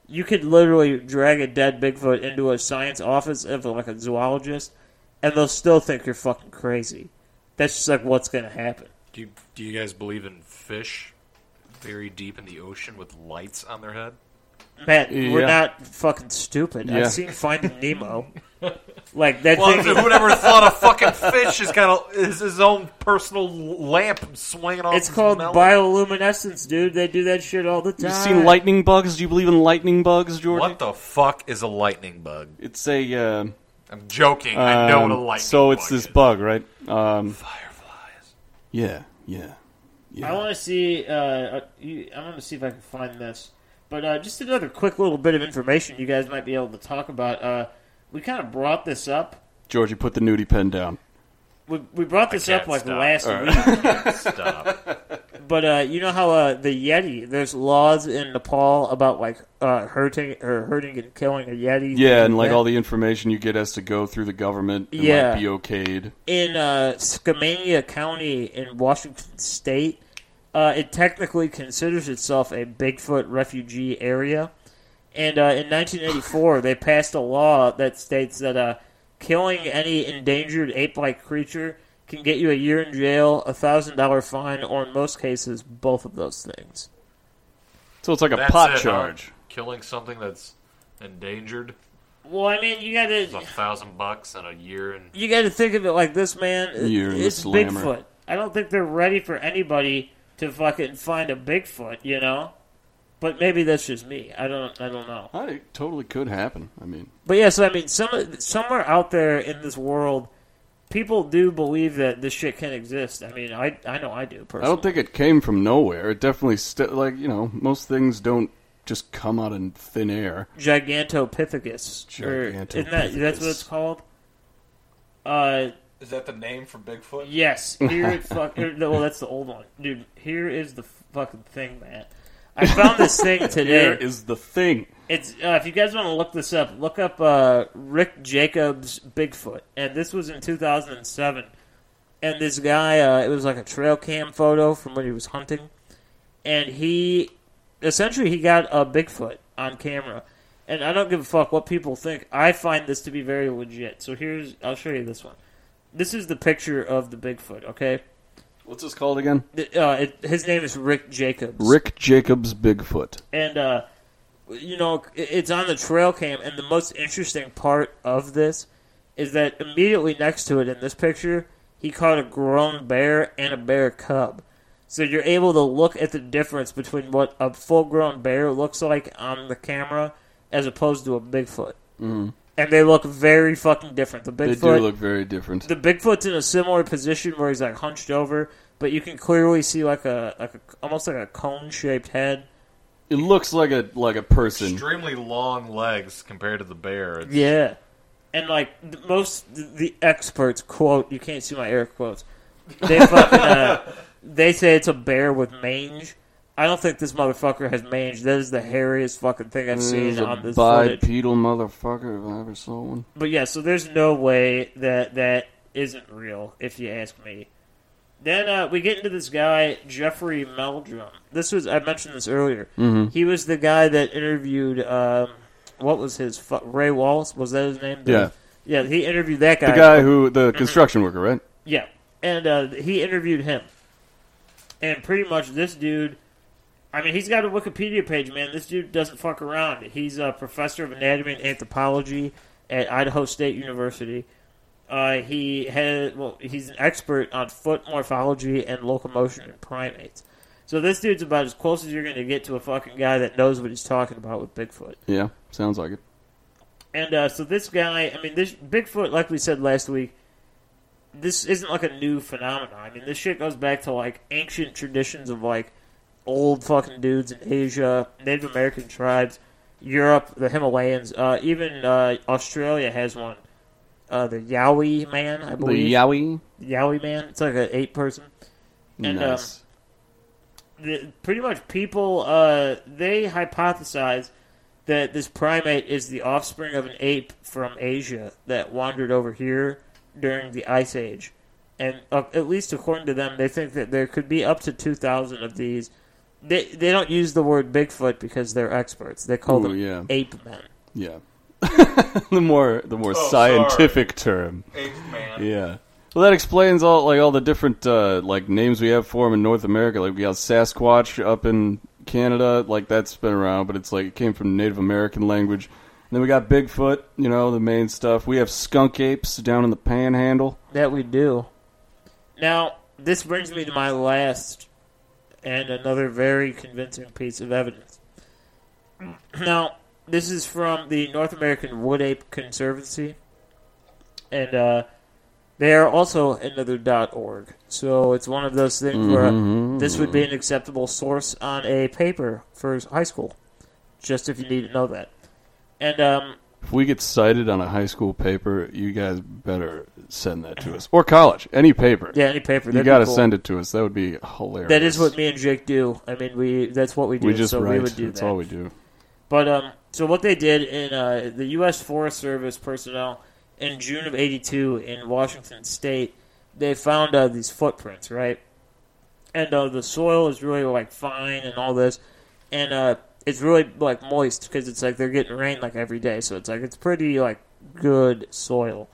You could literally drag a dead Bigfoot into a science office of like a zoologist, and they'll still think you're fucking crazy. That's just like what's gonna happen. Do you, do you guys believe in fish buried deep in the ocean with lights on their head? Matt, we're Yeah. not fucking stupid. Yeah. I've seen Finding Nemo. like that Well, thing, whoever thought a fucking fish is got a, is his own personal lamp swinging off? it's his called melon? bioluminescence, dude. They do that shit all the time. you seen lightning bugs do you believe in lightning bugs jordan What the fuck is a lightning bug? it's a uh, I'm joking. I know what a um, lightning. so it's bug this is. bug right um, Fireflies. yeah yeah I want to see. Uh, uh, you, I want to see if I can find this. But uh, just another quick little bit of information you guys might be able to talk about. Uh, we kind of brought this up. george you put the nudie pen down We, we brought this can't up like stop. last All week. Stop. But uh, you know how uh, the yeti? There's laws in Nepal about like uh, hurting or hurting and killing a yeti. Yeah, and like all the. all the information you get has to go through the government and Yeah. like be okayed. in uh, Skamania County in Washington State. Uh, it technically considers itself a Bigfoot refugee area. And uh, in 1984, they passed a law that states that uh, killing any endangered ape like creature can get you a year in jail, a $1,000 fine, or in most cases, both of those things. So it's like a That's pot it, huh? charge. Killing something that's endangered Well, I mean, you gotta. is a thousand bucks and a year and you got to think of it like this, man. You're in the it's slammer. Bigfoot. I don't think they're ready for anybody to fucking find a Bigfoot, you know. But maybe that's just me. I don't. I don't know. I it totally could happen. I mean, But yeah, so I mean, some somewhere out there in this world, people do believe that this shit can exist. I mean, I I know I do personally. I don't think it came from nowhere. It definitely st- like you know most things don't just come out in thin air. Gigantopithecus. or- isn't that that's what it's Gigantopithecus. called? Uh, Is that the name for Bigfoot? Yes, here it fuck. er, no, well, that's the old one, dude. Here is the fucking thing, Matt. I found this thing There today. is the thing. It's uh, if you guys want to look this up, look up uh, Rick Jacobs Bigfoot, and this was in 2007. And this guy, uh, it was like a trail cam photo from when he was hunting, and he essentially he got a Bigfoot, on camera. And I don't give a fuck what people think. I find this to be very legit. So here's, I'll show you this one. This is the picture of the Bigfoot. Okay, What's this called again? The- uh, it, his name is Rick Jacobs. Rick Jacobs Bigfoot. and uh, you know it- it's on the trail cam. And the most interesting part of this is that immediately next to it in this picture, he caught a grown bear and a bear cub. So you're able to look at the difference between what a full-grown bear looks like on the camera as opposed to a Bigfoot. Mm. And they look very fucking different. The Mm-hmm. They Bigfoot do look very different. the Bigfoot's in a similar position where he's like hunched over, but you can clearly see like a like a, almost like a cone shaped head. It looks like a like a person. Extremely long legs compared to the bear. It's- Yeah, and like the, most the, the experts quote you can't see my air quotes. They fucking uh, they say it's a bear with mange. I don't think this motherfucker has mange. That is the hairiest fucking thing I've Mm, He's seen a on this footage. bipedal motherfucker if I ever saw one. But yeah, so there's no way that that isn't real, if you ask me. Then uh, we get into this guy Jeffrey Meldrum. This was I mentioned this earlier. Mm-hmm. He was the guy that interviewed um, what was his fu- Ray Wallace was that his name? Yeah. yeah. He interviewed that guy. The guy who the construction worker, right? Yeah, and uh, he interviewed him, and pretty much this dude. I mean, he's got a Wikipedia page, man. This dude doesn't fuck around. He's a professor of anatomy and anthropology at Idaho State University. Uh, he had well, he's an expert on foot morphology and locomotion in primates. So this dude's about as close as you're going to get to a fucking guy that knows what he's talking about with Bigfoot. Yeah, sounds like it. And uh, so this guy, I mean, this Bigfoot, like we said last week, this isn't like a new phenomenon. I mean, this shit goes back to like ancient traditions of like old fucking dudes in Asia, Native American tribes, Europe, the Himalayans, uh, even uh, Australia has one. Uh, the Yowie man, I The believe. Yowie. Yowie man. It's like an eight person And, um, nice. the, pretty much people uh, they hypothesize that this primate is the offspring of an ape from Asia that wandered over here during the Ice Age, and uh, at least according to them, they think that there could be up to two thousand of these. They they don't use the word Bigfoot because they're experts. They call Ooh, them yeah. ape men. yeah. the more the more Oh, scientific term. Ape man. Yeah. Well, that explains all like all the different uh, like names we have for them in North America. Like we got Sasquatch up in Canada, like that's been around, but it's like it came from Native American language. And then we got Bigfoot, you know, the main stuff. We have skunk apes down in the Panhandle. That we do. Now, this brings me to my last and another very convincing piece of evidence. Now, this is from the North American Wood Ape Conservancy, and uh, they are also another .org. So it's one of those things where this would be an acceptable source on a paper for high school, just if you need to know that. And um, If we get cited on a high school paper, you guys better send that to us or college, any paper. yeah, any paper you that'd be got to cool. send it to us. That would be hilarious. That is what me and Jake do. I mean, we that's what we do. we just so write. we would do that's that. all we do. But um, so what they did in uh, the U.S. Forest Service personnel in June of '82 in Washington State, they found uh, these footprints, right? And uh, the soil is really like fine and all this, and uh, it's really like moist because it's like they're getting rain like every day, so it's like it's pretty like good soil.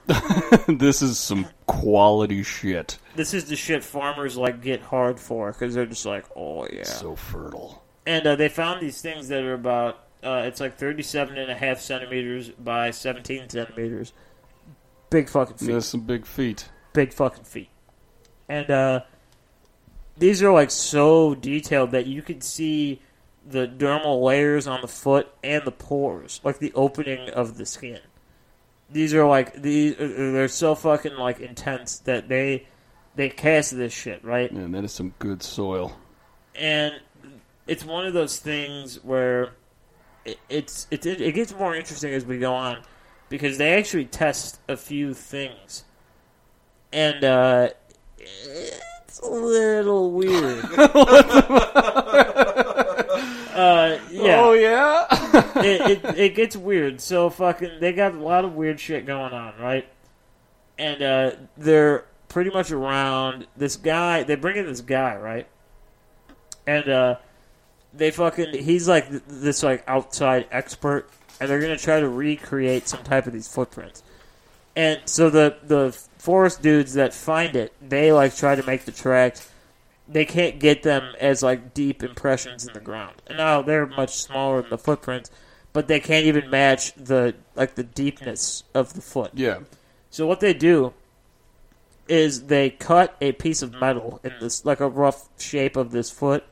this is some quality shit. this is the shit farmers like get hard for because they're just like, oh yeah, So fertile. and uh, they found these things that are about uh, it's like 37 and a half centimeters by 17 centimeters big fucking feet There's some big feet. big fucking feet and uh, these are like so detailed that you can see the dermal layers on the foot and the pores like the opening of the skin these are like these uh, they're so fucking like intense that they they cast this shit right Man, that is some good soil. and it's one of those things where it, it's it, it, it gets more interesting as we go on because they actually test a few things and uh it's a little weird uh yeah Oh, yeah. it, it, it gets weird. So fucking, they got a lot of weird shit going on, right? And uh, they're pretty much around this guy. They bring in this guy, right? And uh, they fucking he's like th- this like outside expert, and they're gonna try to recreate some type of these footprints. And so the the forest dudes that find it, they like try to make the tracks. They can't get them as like deep impressions in the ground. And now they're much smaller than the footprints, but they can't even match the like the deepness of the foot. Yeah. So what they do is they cut a piece of metal in this like a rough shape of this foot.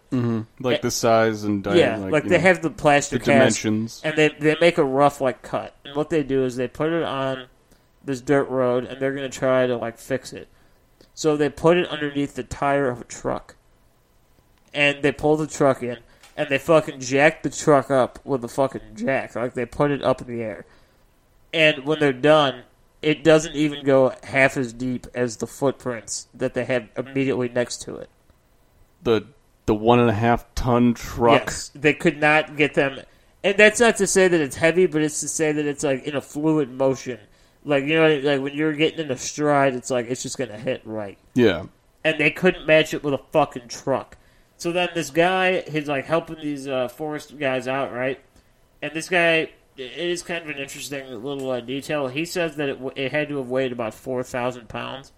Like the size and yeah, diameter. like, you they know, have the plaster the cast, dimensions. and they they make a rough like cut. And what they do is they put it on this dirt road, and they're gonna try to like fix it. So they put it underneath the tire of a truck, and they pull the truck in, and they fucking jack the truck up with a fucking jack, like they put it up in the air. And when they're done, it doesn't even go half as deep as the footprints that they have immediately next to it. the the one and a half ton truck. Yes, they could not get them. And that's not to say that it's heavy, but it's to say that it's like in a fluid motion. Like you know, what I mean? like when you're getting in a stride, it's like it's just gonna hit right. Yeah. And they couldn't match it with a fucking truck. So then this guy, he's like helping these uh, forest guys out, right? And this guy, it is kind of an interesting little uh, detail. He says that it, w- it had to have weighed about four thousand pounds.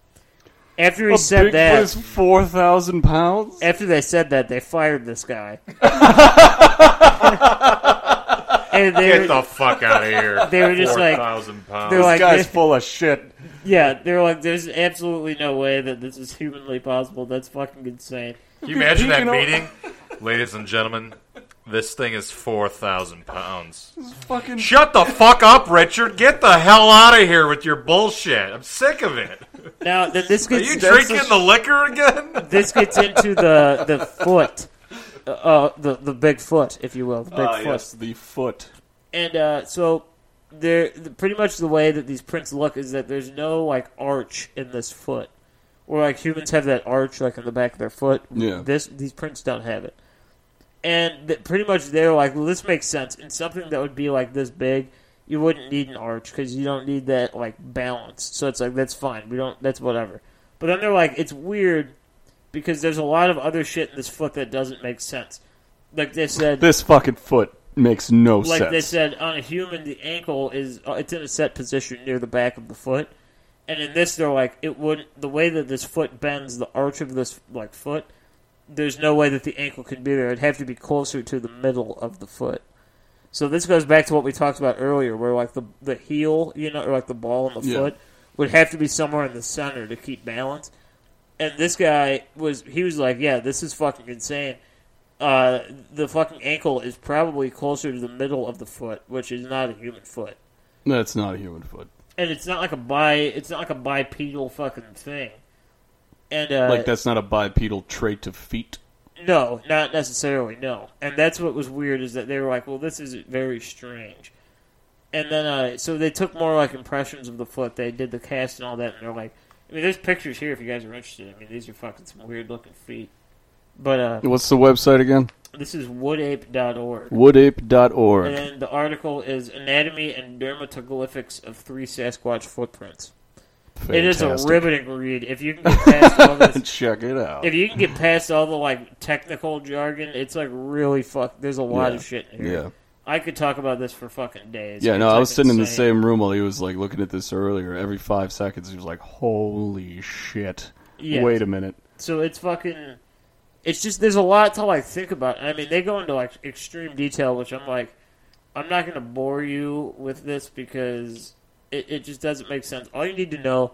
After he said that, four thousand pounds. after they said that, they fired this guy. and they Get were, the fuck out of here. They were just like- 4,000 pounds. they're like, Guy's full of shit. yeah, they're like, there's absolutely no way that this is humanly possible. That's fucking insane. Can you imagine that You know- meeting? Ladies and gentlemen, this thing is 4,000 pounds. Fucking Shut the fuck up, Richard. Get the hell out of here with your bullshit. I'm sick of it. Now, then this Are gets you that's drinking the liquor again? this gets into the the foot, uh, uh, the the big foot, if you will, the Ah, big foot. yes, the foot. And uh, so, there the- pretty much the way that these prints look is that there's no like arch in this foot, or like humans have that arch like in the back of their foot. Yeah. This these prints don't have it, and th- pretty much they're like, well, this makes sense. In something that would be like this big, you wouldn't need an arch because you don't need that like balance. So it's like that's fine. We don't. That's whatever. But then they're like, it's weird because there's a lot of other shit in this foot that doesn't make sense. Like they said, This fucking foot makes no like uh, sense. they said on a human the ankle is uh, it's in a set position near the back of the foot and in this they're like it would the way that this foot bends the arch of this like foot there's no way that the ankle could be there it'd have to be closer to the middle of the foot so this goes back to what we talked about earlier where like the the heel you know or like the ball and the Yeah. foot would have to be somewhere in the center to keep balance and this guy was he was like yeah this is fucking insane uh, the fucking ankle is probably closer to the middle of the foot, which is not a human foot, That's not a human foot. and it's not like a bi. It's not like a bipedal fucking thing. And uh, like that's not a bipedal trait of feet. No, not necessarily. No, and that's what was weird is that they were like, "Well, this is very strange." And then, uh, so they took more like impressions of the foot. They did the cast and all that, and they're like, "I mean, there's pictures here if you guys are interested. I mean, these are fucking some weird looking feet." But uh, What's the website again? this is woodape.org. And Woodape.org. then the article is Anatomy and Dermatoglyphics of Three Sasquatch Footprints. It is a Fantastic. riveting read. If you can get past all this, Check it out. if you can get past all the like technical jargon, it's like really fuck. There's a lot Yeah. of shit in here. yeah. I could talk about this for fucking days. Yeah, It's, no, I like, was sitting in the insane. same room while he was like looking at this earlier. Every five seconds, he was like, "Holy shit! Yeah. Wait a minute." So it's fucking. It's just there's a lot to like think about. I mean, they go into like extreme detail, which I'm like, I'm not gonna bore you with this because it, it just doesn't make sense. All you need to know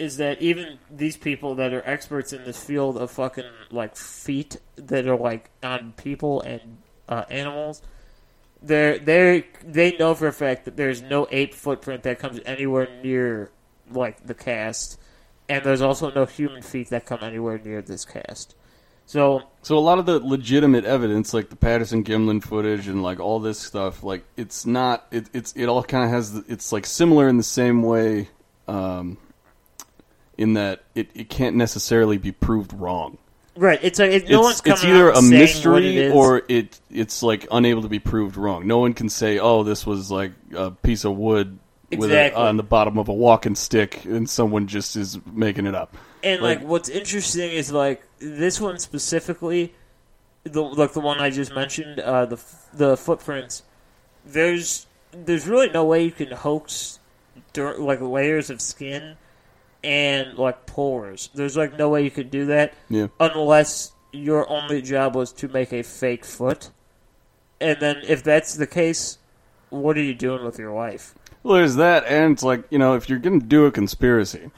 is that even these people that are experts in this field of fucking like feet that are like on people and uh, animals, they're they they know for a fact that there's no ape footprint that comes anywhere near like the cast, and there's also no human feet that come anywhere near this cast. So So a lot of the legitimate evidence, like the Patterson Gimlin footage and like all this stuff, like it's not it, it's it all kind of has the, it's like similar in the same way, um, in that it, it can't necessarily be proved wrong. right, it's like it, no one's it's coming it's either out a and saying what it mystery is. or it it's like unable to be proved wrong. No one can say, "Oh, this was like a piece of wood." With a, Exactly. on the bottom of a walking stick, and someone just is making it up. And like, Like- what's interesting is like this one specifically the like the one I just mentioned, uh, the f- the footprints. There's there's really no way you can hoax dirt, like layers of skin and like pores. There's like no way you could do that Yeah. unless your only job was to make a fake foot. And then if that's the case, what are you doing with your life? Well, there's that, and it's like you know, if you're gonna do a conspiracy,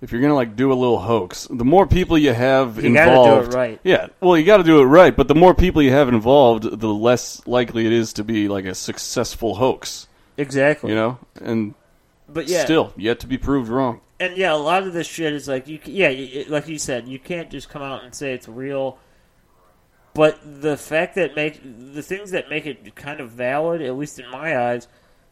if you're gonna like do a little hoax, the more people you have You gotta do it involved, right. Yeah, well, you got to do it right, but the more people you have involved, the less likely it is to be like a successful hoax. Exactly. You know, and but yeah, still yet to be proved wrong. and yeah, a lot of this shit is like you. c- Yeah, y- it- like you said, you can't just come out and say it's real. But the fact that make the things that make it kind of valid, at least in my eyes,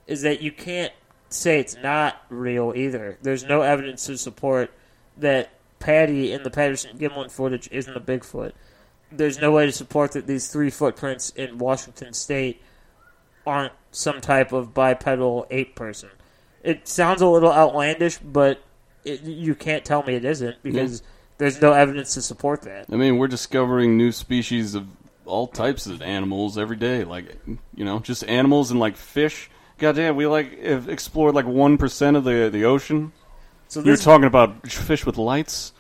is that you can't say it's not real either. There's no evidence to support that Patty in the Patterson Gimlin footage isn't a Bigfoot. There's no way to support that these three footprints in Washington State aren't some type of bipedal ape person. It sounds a little outlandish, but it, you can't tell me it isn't because there's no evidence to support that. I mean, we're discovering new species of all types of animals every day. Like, you know, just animals and like fish. Goddamn, we like have explored like one percent of the the ocean. So You're this talking about fish with lights,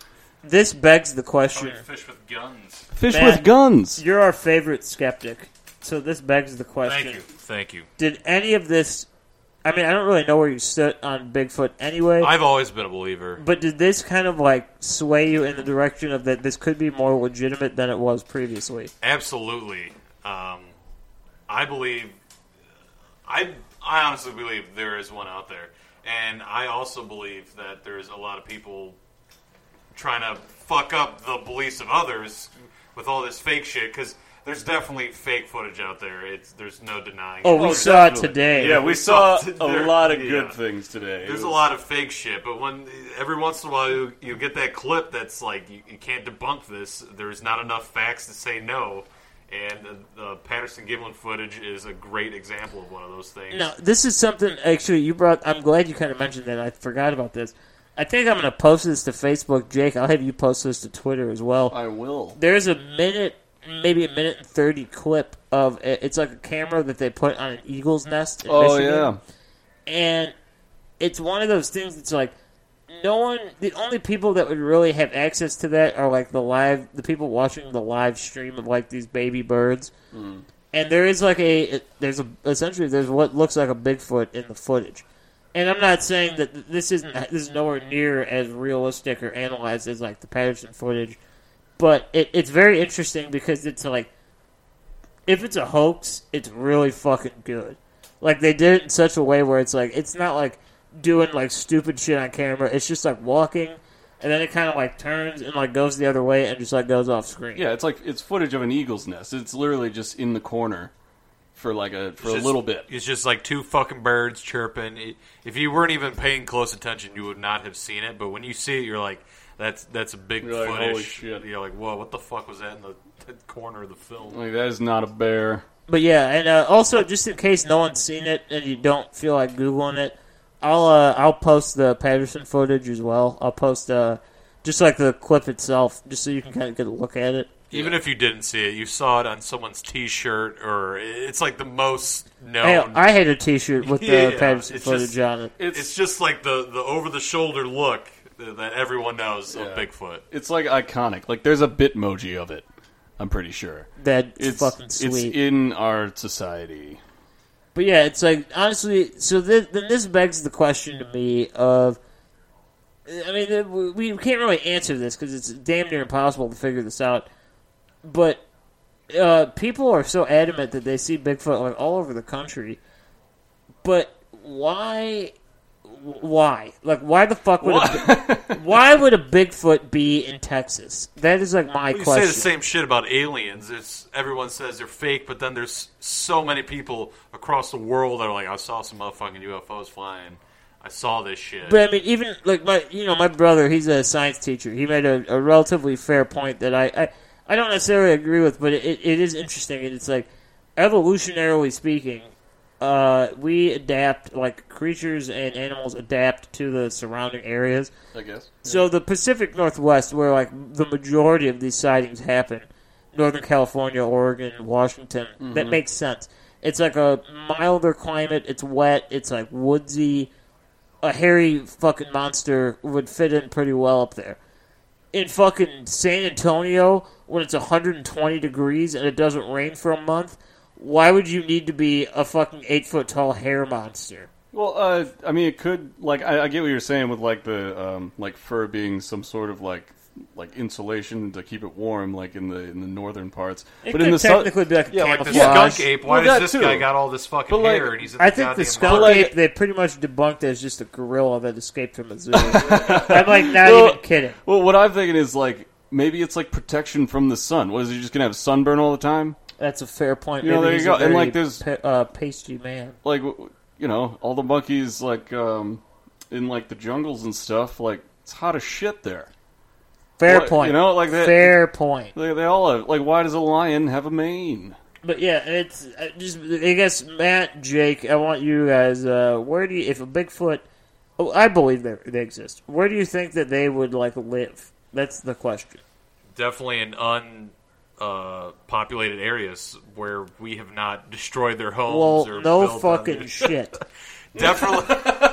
this begs the question. Fish with guns. fish Matt, with guns. You're our favorite skeptic, so this begs the question. Thank you. Thank you. Did any of this? I mean, I don't really know where you stood on Bigfoot anyway. I've always been a believer. but did this kind of like sway you in the direction of that this could be more legitimate than it was previously? Absolutely. Um, I believe. I I honestly believe there is one out there, and I also believe that there's a lot of people trying to fuck up the beliefs of others with all this fake shit because. There's definitely fake footage out there. It's there's no denying. Oh, it. we saw it today. Yeah, we saw saw a a there- lot of yeah. good things today. There's a lot of fake shit, but when every once in a while you, you get that clip that's like you, you can't debunk this. There's not enough facts to say no, and the, the Patterson Gimlin footage is a great example of one of those things. Now, this is something actually you brought. I'm glad you kind of mentioned that. I forgot about this. I think I'm going to post this to Facebook, Jake. I'll have you post this to Twitter as well. I will. There's a minute, maybe a minute and thirty clip of it's like a camera that they put on an eagle's nest. In Oh Michigan. yeah, and it's one of those things that's like no one the only people that would really have access to that are like the live the people watching the live stream of like these baby birds and there is like a there's a essentially there's what looks like a bigfoot in the footage and i'm not saying that this isn't this is nowhere near as realistic or analyzed as like the patterson footage but it, it's very interesting because it's like if it's a hoax, it's really fucking good. Like they did it in such a way where it's like it's not like doing like stupid shit on camera. It's just like walking, and then it kind of like turns and like goes the other way and just like goes off screen. yeah. It's like it's footage of an eagle's nest. It's literally just in the corner for like a for a Just- little bit. It's just like two fucking birds chirping. It- If you weren't even paying close attention, you would not have seen it. But when you see it, you're like, "That's that's a big You're like, footage." "Holy shit." You're like, "Whoa, what the fuck was that in the, the corner of the film?" Like that is not a bear. But yeah, and uh, also just in case no one's seen it and you don't feel like googling it, I'll uh, I'll post the Patterson footage as well. I'll post uh, just like the clip itself, just so you can kind of get a look at it. Even if you didn't see it, you saw it on someone's T-shirt, or it's like the most Hey, known. I had a T-shirt with the Oh, Yeah, Patterson it's footage just- on it. it's, just like the the over the shoulder look that everyone knows of Bigfoot. It's like iconic. Like there's a bitmoji of it. I'm pretty sure. That's It's fucking sweet. It's in our society. But yeah, it's like honestly. So this, then this begs the question to me of, I mean, the- we we can't really answer this because it's damn near impossible to figure this out. But uh, people are so adamant that they see Bigfoot like all over the country. But why? Why? Like, why the fuck would a, Bi- why would a Bigfoot be in Texas? That is like my You question. say the same shit about aliens. It's everyone says they're fake, but then there's so many people across the world that are like, "I saw some motherfucking UFOs flying. I saw this shit." But I mean, even like my, you know, my brother, he's a science teacher. He made a, a relatively fair point that I, I, I don't necessarily agree with, but it, it is interesting, and it's like, evolutionarily speaking, uh, we adapt like creatures and animals adapt to the surrounding areas. I guess. So the Pacific Northwest, where like the majority of these sightings happen, Northern California, Oregon, Washington. That makes sense. It's like a milder climate. It's wet. It's like woodsy. A hairy fucking monster would fit in pretty well up there. In fucking San Antonio, when it's 120 degrees and it doesn't rain for a month, why would you need to be a fucking eight foot tall hair monster? Well, uh, I mean, it could like I, I get what you're saying with like the um, like fur being some sort of like like insulation to keep it warm, like in the in the northern parts. It but could in the south- technically be like a yeah, like The camouflage. skunk ape. Why Well, that does this too. guy got all this fucking But, like, hair? And he's in I think the goddamn skunk mountain? ape they pretty much debunked as just a gorilla that escaped from a zoo. I'm like not Well- even kidding. Well, what I'm thinking is like maybe it's like protection from the sun. What is he just gonna have sunburn all the time? That's a fair point. You know, Maybe there you he's go. A And, very like, there's- pa- uh, pasty man. Like w- you know, all the monkeys like um, in like the jungles and stuff. Like it's hot as shit there. Fair What- point. you know, like that- Fair point. They, they all have, like why does a lion have a mane? But yeah, it's I just I guess Matt, Jake, I want you guys. Uh, where do you if a Bigfoot? Oh, I believe they they exist. Where do you think that they would like live? That's the question. Definitely in un. Uh, populated areas where we have not destroyed their homes. Well, or no built on fucking their- shit. Definitely.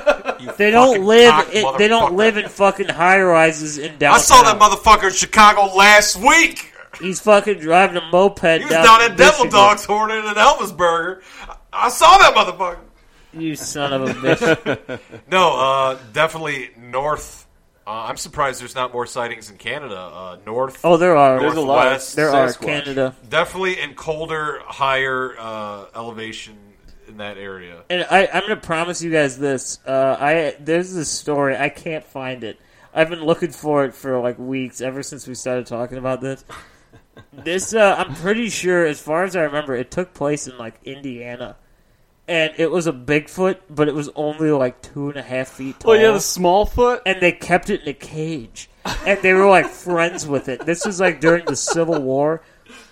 They don't live. cock In, they don't motherfucker. live in fucking high rises in downtown. I saw that motherfucker in Chicago last week. He's fucking driving a moped He down, was down at Devil Michigan. Dogs horning an Elvis burger. I- I saw that motherfucker. You son of a bitch. No, uh, definitely north. Uh, I'm surprised there's not more sightings in Canada. Uh, north. Oh, there are. There's a lot. Northwest. There are Sasquatch. Canada, Definitely in colder, higher uh, elevation in that area. and I, I'm gonna promise you guys this. Uh, I there's this story. I can't find it. I've been looking for it for like weeks, ever since we started talking about this. This uh, I'm pretty sure, as far as I remember, it took place in like Indiana, and it was a Bigfoot, but it was only like two and a half feet tall. Well, yeah, the small foot. and they kept it in a cage, and they were like friends with it. This was like during the Civil War,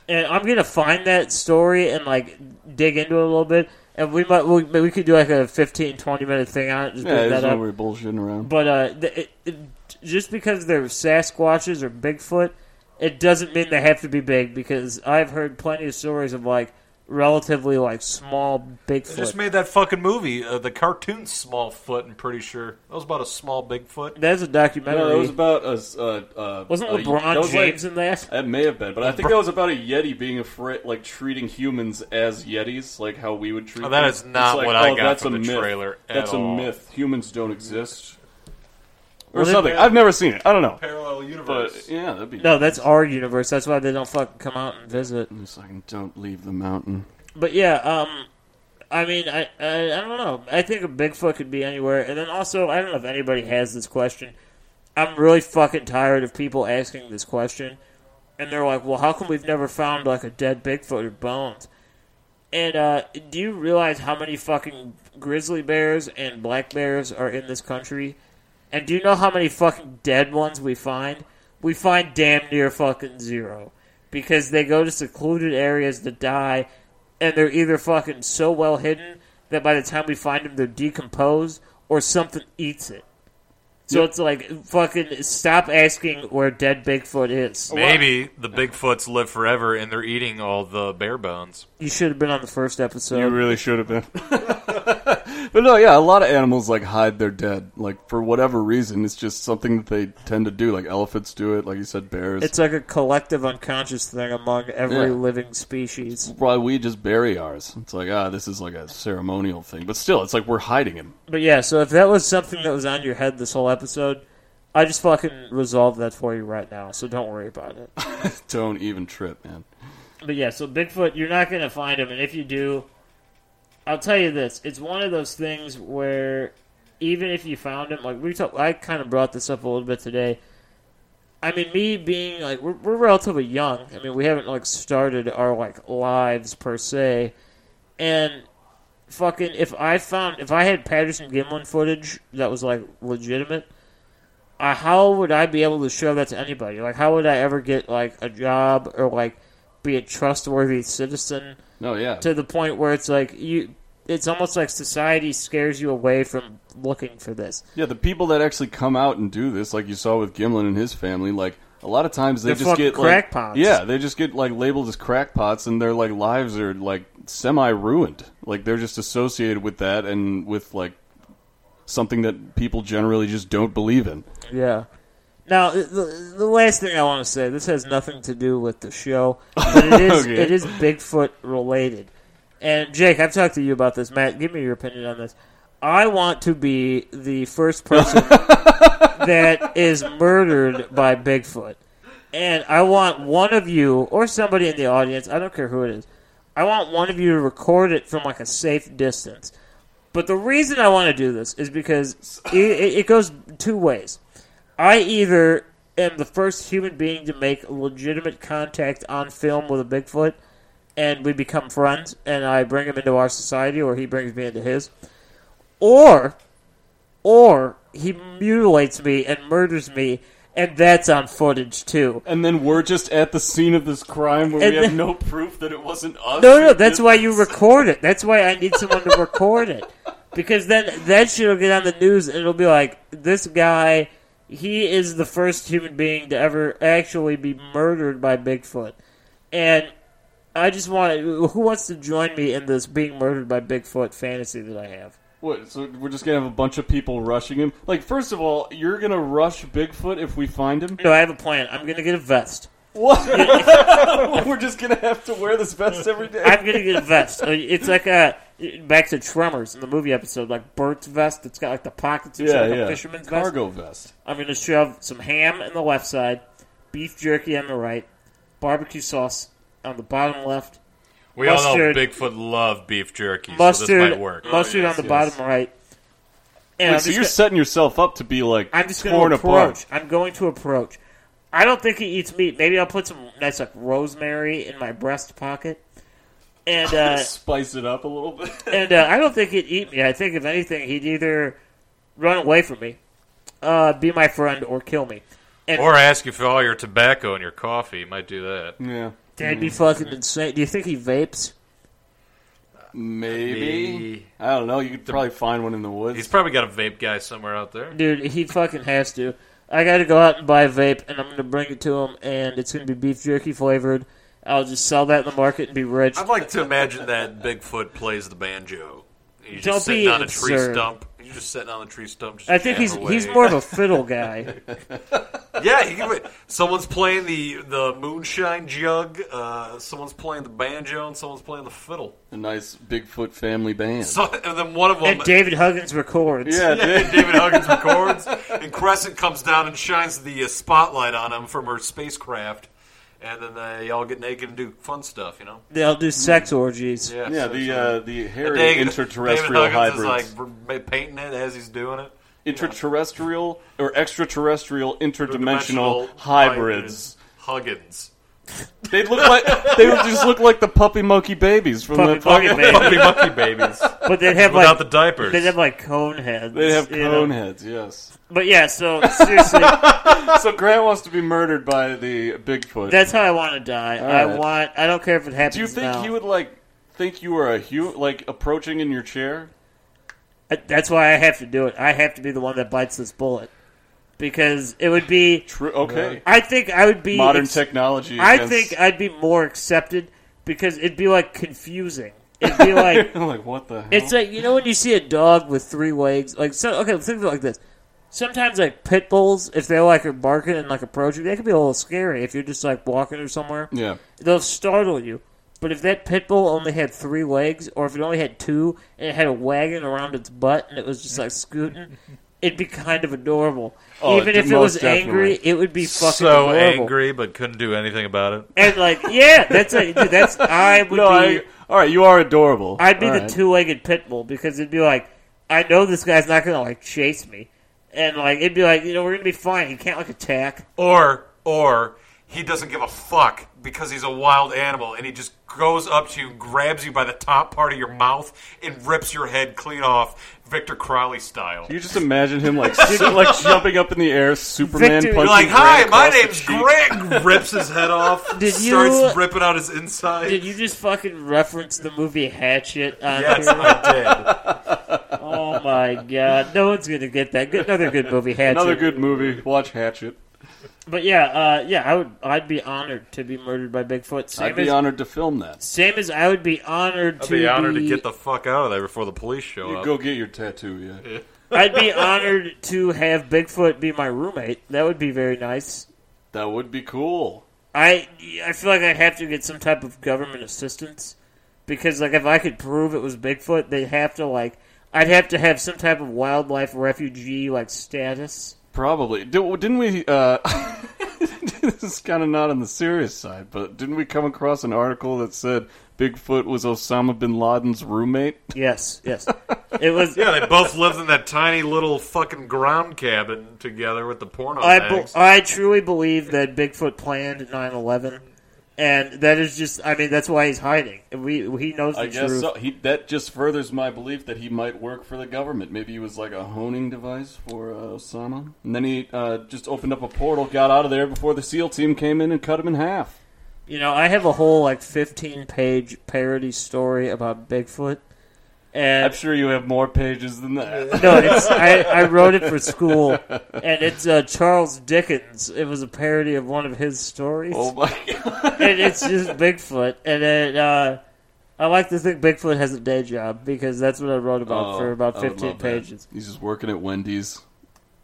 and I'm gonna find that story and like dig into it a little bit, and we might we, we could do like a 15, 20 minute thing on it. Just Yeah, bring that's that why up. we're bullshitting around. But uh, th- it, it, just because they're Sasquatches or Bigfoot, it doesn't mean they have to be big. Because I've heard plenty of stories of like relatively like small They just Bigfoot. made that fucking movie, uh, the cartoon Smallfoot. I'm pretty sure that was about a small Bigfoot. That's a documentary. No, that was about us. Uh, uh, Wasn't a- LeBron that was like- James in that? That may have been, but I think that was about a Yeti being afraid, like treating humans as Yetis, like how we would treat. Oh, that them. is not It's like, what I oh, got that's from a the myth. trailer at That's all. a myth. Humans don't exist, or Well, they- something. I've never seen it. I don't know, Parallel universe. but yeah, that'd be No, that's our universe. That's why they don't fucking come out and visit. Just like, don't leave the mountain. But yeah, um, I mean, I, I I don't know. I think a Bigfoot could be anywhere. And then also, I don't know if anybody has this question. I'm really fucking tired of people asking this question, and they're like, "Well, how come we've never found like a dead Bigfoot or bones?" And uh, do you realize how many fucking grizzly bears and black bears are in this country? And do you know how many fucking dead ones we find? We find damn near fucking zero. Because they go to secluded areas to die, and they're either fucking so well hidden that by the time we find them, they're decomposed, or something eats it. So it's like, fucking stop asking where dead Bigfoot is. Maybe the Bigfoots live forever and they're eating all the bare bones. You should have been on the first episode. You really should have been. but no, yeah, a lot of animals like hide their dead, like for whatever reason. It's just something that they tend to do. Like elephants do it. Like you said, bears. it's like a collective unconscious thing among every Yeah. living species. why we just bury ours. It's like ah, this is like a ceremonial thing, but still, it's like we're hiding him. But yeah, so if that was something that was on your head this whole episode, I just fucking resolved that for you right now, so don't worry about it. Don't even trip, man. But yeah, so Bigfoot, you're not going to find him, and if you do, I'll tell you this: it's one of those things where even if you found him, like we talk, I kind of brought this up a little bit today. I mean, me being like we're, we're relatively young. I mean, we haven't like started our like lives per se, and fucking if I found if I had Patterson Gimlin footage that was like legitimate, uh, how would I be able to show that to anybody? Like, how would I ever get like a job or like be a trustworthy citizen No, yeah, to the point where it's like you? It's almost like society scares you away from looking for this. yeah. The people that actually come out and do this, like you saw with Gimlin and his family, like A lot of times they They're just fucking get crackpots. Like, yeah, they just get like labeled as crackpots, and their like lives are like semi ruined. Like they're just associated with that and with like something that people generally just don't believe in. Yeah. Now, the, the last thing I want to say, this has nothing to do with the show, but it is, Okay. it is Bigfoot related. And Jake, I've talked to you about this. Matt, give me your opinion on this. I want to be the first person that is murdered by Bigfoot. And I want one of you or somebody in the audience, I don't care who it is, I want one of you to record it from like a safe distance. But the reason I want to do this is because it, it it goes two ways. I either am the first human being to make legitimate contact on film with a Bigfoot, and we become friends, and I bring him into our society, or he brings me into his, or, or he mutilates me and murders me, and that's on footage too. And then we're just at the scene of this crime where And we have then- no proof that it wasn't us. No, no, that's why you record it. That's why I need someone to record it. Because then that shit will get on the news and it'll be like, this guy, he is the first human being to ever actually be murdered by Bigfoot. And I just want, who wants to join me in this being murdered by Bigfoot fantasy that I have? What, so we're just gonna have a bunch of people rushing him. Like, first of all, you're gonna rush Bigfoot if we find him. No, I have a plan. I'm going to get a vest. What? we're just gonna have to wear this vest every day. I'm gonna get a vest. Uh, It's like a back to Tremors in the movie episode, like Bert's vest. It's got like the pockets and shit, yeah, like yeah. a fisherman's vest. Cargo vest. I'm going to shove some ham on the left side, beef jerky on the right, barbecue sauce on the bottom left, We all know Mustard. Bigfoot love beef jerky, mustard, so this might work. Oh, mustard on the bottom right. And I'm Wait, so just you're go- setting yourself up to be like I'm just going torn to apart. approach. I'm going to approach. I don't think he eats meat. Maybe I'll put some nice like rosemary in my breast pocket, and uh, Spice it up a little bit. and uh, I don't think he'd eat me. I think if anything, he'd either run away from me, uh, be my friend, or kill me. And Or ask you for all your tobacco and your coffee. You might do that. yeah, that'd Hmm. be fucking insane. Do you think he vapes? maybe. I don't know. You could probably find one in the woods. He's probably got a vape guy somewhere out there. Dude, he fucking has to. I gotta go out and buy a vape, and I'm gonna bring it to him, and it's gonna be beef jerky flavored. I'll just sell that in the market and be rich. I'd like to imagine that Bigfoot plays the banjo. He's Don't just sitting be on a tree absurd. stump. He's just sitting on a tree stump. Just I think he's jamming he's away. more of a fiddle guy. yeah. He could be, someone's playing the the moonshine jug. Uh, someone's playing the banjo, and someone's playing the fiddle. a nice Bigfoot family band. So, and then one of them, and David Huggins records. yeah, dude. David Huggins records, and Crescent comes down and shines the uh, spotlight on him from her spacecraft, and then they all get naked and do fun stuff, you know? They'll do sex orgies. yeah. so it's The like- uh, the hairy David- interterrestrial David Huggins hybrids. is like b- painting it as he's doing it. interterrestrial or extraterrestrial interdimensional Dimensional hybrids. Huggins. They look like they would just look like the puppy monkey babies from Puppy the fucking. monkey baby. Puppy monkey babies. But they'd have like Without the diapers. they'd have like cone heads. They have you know? cone heads, yes. But yeah, so seriously, So Grant wants to be murdered by the Bigfoot. that's how I want to die. I right. want. I don't care if it happens. Do you think now. he would like think you were a human, like approaching in your chair? I- That's why I have to do it. I have to be the one that bites this bullet because it would be. True. Okay. I think I would be Modern ex- technology. I against- think I'd be more accepted because it'd be like confusing. It'd be like like what the hell? it's like you know when you see a dog with three legs. Like so, okay, think of it like this. Sometimes like pit bulls, if they like are barking and like approaching, they can be a little scary if you're just like walking or somewhere yeah. they'll startle you. But if that pit bull only had three legs, or if it only had two and it had a wagon around its butt and it was just like scooting, it'd be kind of adorable. Oh, Even d- if it most was angry, it would be fucking So adorable. angry, but couldn't do anything about it. And like, yeah, that's like, dude, that's I would No. be. I, all right. You are adorable. I, would be All the right. two-legged pit bull because it'd be like, I know this guy's not gonna like chase me, and like it'd be like, you know, we're gonna be fine. He can't like attack. Or, or he doesn't give a fuck because he's a wild animal, and he just goes up to you, grabs you by the top part of your mouth, and rips your head clean off, Victor Crowley style. You just imagine him like su- like jumping up in the air, Superman Victor- punching. You're like, hi, Grant my across the name's cheek." Greg. Rips his head off. Did starts you- ripping out his inside. Did you just fucking reference the movie Hatchet? On yes, here? I Oh my god, no one's gonna get that. Good, another good movie, Hatchet. Another good movie. Watch Hatchet. But yeah, uh, yeah, I would. I'd be honored to be murdered by Bigfoot. Same I'd be as honored to film that. same as I would be honored I'd to be honored to get the fuck out of there before the police show You up. go get your tattoo, yeah. I'd be honored to have Bigfoot be my roommate. That would be very nice. That would be cool. I I feel like I'd have to get some type of government assistance because like if I could prove it was Bigfoot, they'd have to like I'd have to have some type of wildlife refugee like status. Probably. Did, didn't we? Uh, this is kind of not on the serious side, but didn't we come across an article that said Bigfoot was Osama bin Laden's roommate? Yes, yes. It was Yeah, they both lived in that tiny little fucking ground cabin together with the porno I, be- bags. I truly believe that Bigfoot planned 9/11, and that is just—I mean, that's why he's hiding. We he knows the I guess truth. so. He, that just furthers my belief that he might work for the government. Maybe he was like a honing device for uh, Osama. And then he uh, just opened up a portal, got out of there before the SEAL team came in and cut him in half. You know, I have a whole like 15-page parody story about Bigfoot, and I'm sure you have more pages than that. no, it's, I, I wrote it for school, and it's uh, Charles Dickens. It was a parody of one of his stories. oh my god. and it's just Bigfoot. And then uh, I like to think Bigfoot has a day job because that's what I wrote about Oh, for about I would 15 love that. pages. He's just working at Wendy's,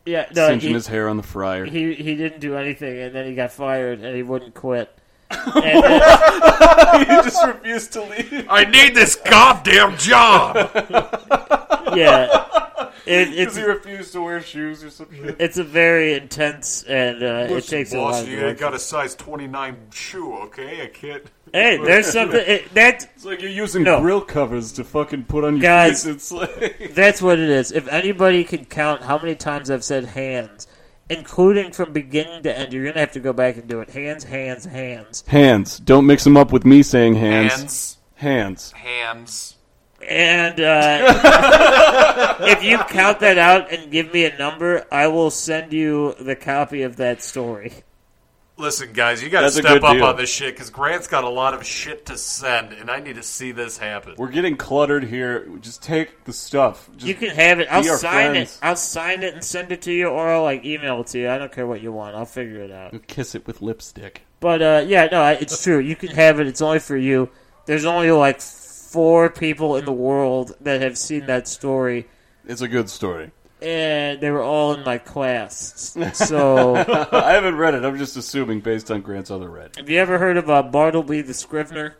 Yeah, no, singeing he, his hair on the fryer. he he didn't do anything, and then he got fired, and he wouldn't quit. And uh, then, he just refused to leave. I need this goddamn job. yeah, it, it's refused to wear shoes or some shit. it's a very intense, and uh, it takes a lot. Boss, Of you ain't work. got a size 29 shoe, okay? I can't. Hey, there's something it, that It's like you're using No. grill covers to fucking put on your Guys. face. It's like That's what it is. If anybody can count how many times I've said hands, including from beginning to end, you're going to have to go back and do it. Hands, hands, hands. hands. Don't mix them up with me saying hands. Hands. Hands. Hands. And uh, if you count that out and give me a number, I will send you the copy of that story. Listen, guys, you got to That's a step good up deal. on this shit because Grant's got a lot of shit to send, and I need to see this happen. We're getting cluttered here. Just take the stuff. Just You can have it. I'll Be our sign friends. it. I'll sign it and send it to you, or I'll like email it to you. I don't care what you want. I'll figure it out. kiss it with lipstick. But uh, yeah, no, I- it's true. You can have it. It's only for you. There's only like four people in the world that have seen that story, It's a good story. and they were all in my class. So, I haven't read it. I'm just assuming based on Grant's other read. have you ever heard of uh, Bartleby the Scrivener?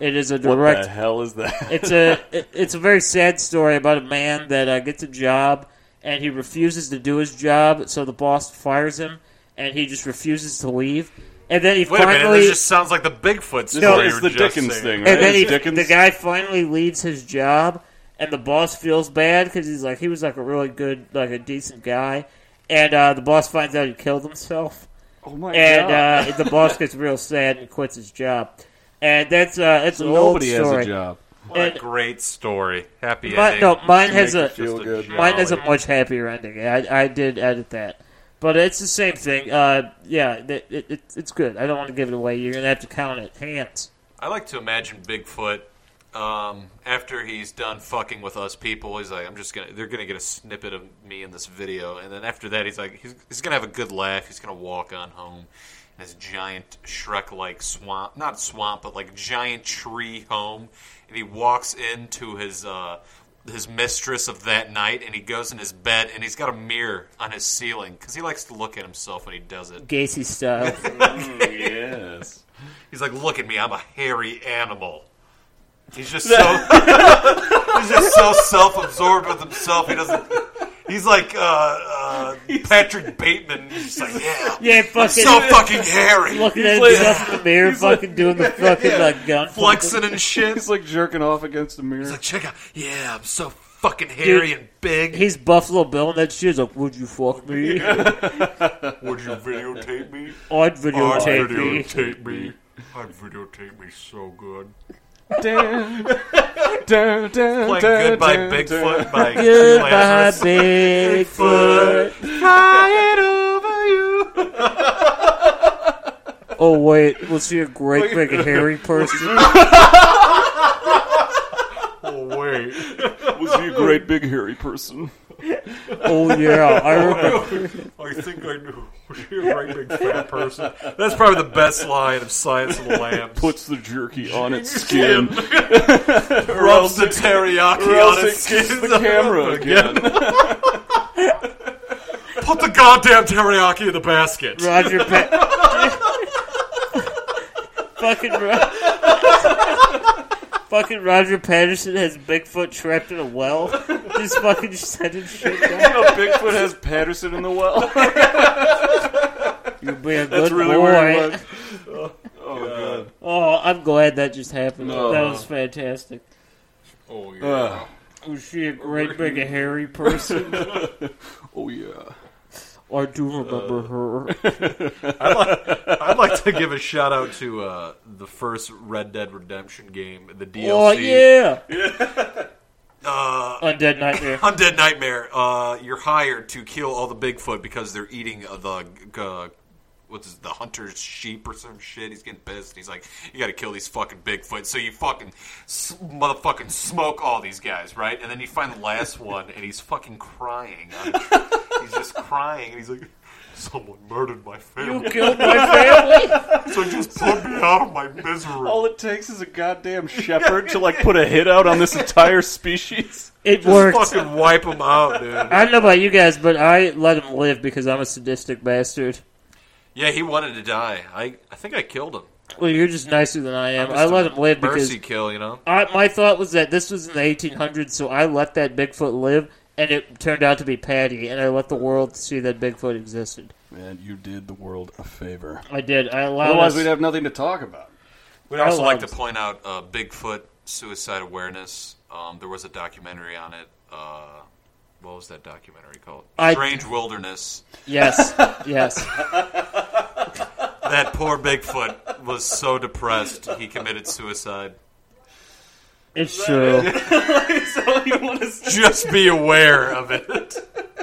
It is a What direct. the hell is that? It's a it- it's a very sad story about a man that uh, gets a job and he refuses to do his job, so the boss fires him, and he just refuses to leave. And then he Wait a finally minute, this just sounds like the Bigfoot story. No, you it's were the just Dickens saying. thing, right? And then It's he, Dickens. the guy finally leaves his job, and the boss feels bad because he's like he was like a really good, like a decent guy, and uh, the boss finds out he killed himself, oh my and god! uh, the boss gets real sad and quits his job, and that's uh, that's an old Nobody has story. a job. What And- a great story. Happy My, ending. no, mine has make a you feel Just good. jolly- mine has a much happier ending. I, I did edit that, but it's the same thing. Uh, yeah, it, it, it, it's good. I don't want to give it away. You're gonna have to count it. Hands. I like to imagine Bigfoot um, after he's done fucking with us people. He's like, I'm just gonna. They're gonna get a snippet of me in this video, and then after that, he's like, he's, he's gonna have a good laugh. He's gonna walk on home in his giant Shrek-like swamp, not swamp, but like giant tree home, and he walks into his. Uh, his mistress of that night, and he goes in his bed, and he's got a mirror on his ceiling because he likes to look at himself when he does it. Gacy style. Yes. He's like, look at me, I'm a hairy animal. He's just so he's just so self-absorbed with himself. He doesn't. He's like uh, uh, Patrick Bateman. He's just like, yeah, yeah, I'm fucking. so fucking hairy, looking at himself in the mirror, fucking doing the fucking like gun flexing and shit. He's like jerking off against the mirror. Like, check out, yeah, I'm so fucking hairy Dude. and big. He's Buffalo Bill, and that shit's like, "Would you fuck me? Would you videotape me? I'd videotape me." videotape me. I'd videotape me so good. Dun, dun, dun, dun, Playing Goodbye dun, Bigfoot by Goodbye, Lazarus. Bigfoot. Flying over you. Oh wait, was he a great freaking hairy person? Oh, wait. Was he a great big hairy person? Oh yeah, I remember. I think I knew. You're a great big fat person. That's probably the best line of Science of the Lambs. Puts the jerky on its skin. Rubs the teriyaki Or on else his it kisses skin. the camera again. Put the goddamn teriyaki in the basket. Roger Pat. fucking Ro- fucking Roger Patterson has Bigfoot trapped in a well. Just fucking sending shit down. No, Bigfoot has Patterson in the well. You'll be a good That's really boy. where it was. Oh, God. Oh, I'm glad that just happened. No. That was fantastic. Oh, yeah. Uh, Was she a great big hairy person? oh, yeah. I do Uh, remember her. I'd like to give a shout out to uh, the first Red Dead Redemption game, the DLC. Oh yeah. Uh, Undead Nightmare. Undead Nightmare, uh, you're hired to kill all the Bigfoot because they're eating uh, the uh, what's his, the hunter's sheep or some shit. He's getting pissed. He's like, "You got to kill these fucking Bigfoot." So you fucking s- motherfucking smoke all these guys, right? And then you find the last one, and he's fucking crying. he's just crying, and he's like, "Someone murdered my You family, killed my family. so just put me out of my misery." All it takes is a goddamn shepherd to, like, put a hit out on this entire species. It just worked. fucking wipe them out, dude. I don't know about you guys, but I let him live because I'm a sadistic bastard. Yeah, he wanted to die. I I think I killed him. Well, you're just nicer than I am. Just I a let him live because mercy kill, you know. I, my thought was that this was in the 1800s, so I let that Bigfoot live, and it turned out to be Patty, and I let the world see that Bigfoot existed. Man, you did the world a favor. I did. I allowed. Otherwise, us- we'd have nothing to talk about. We'd also love like to this. point out uh, Bigfoot suicide awareness. Um, there was a documentary on it. Uh, what was that documentary called? I- Strange Wilderness. Yes. Yes. That poor Bigfoot was so depressed he committed suicide. It's true. Just be aware of it.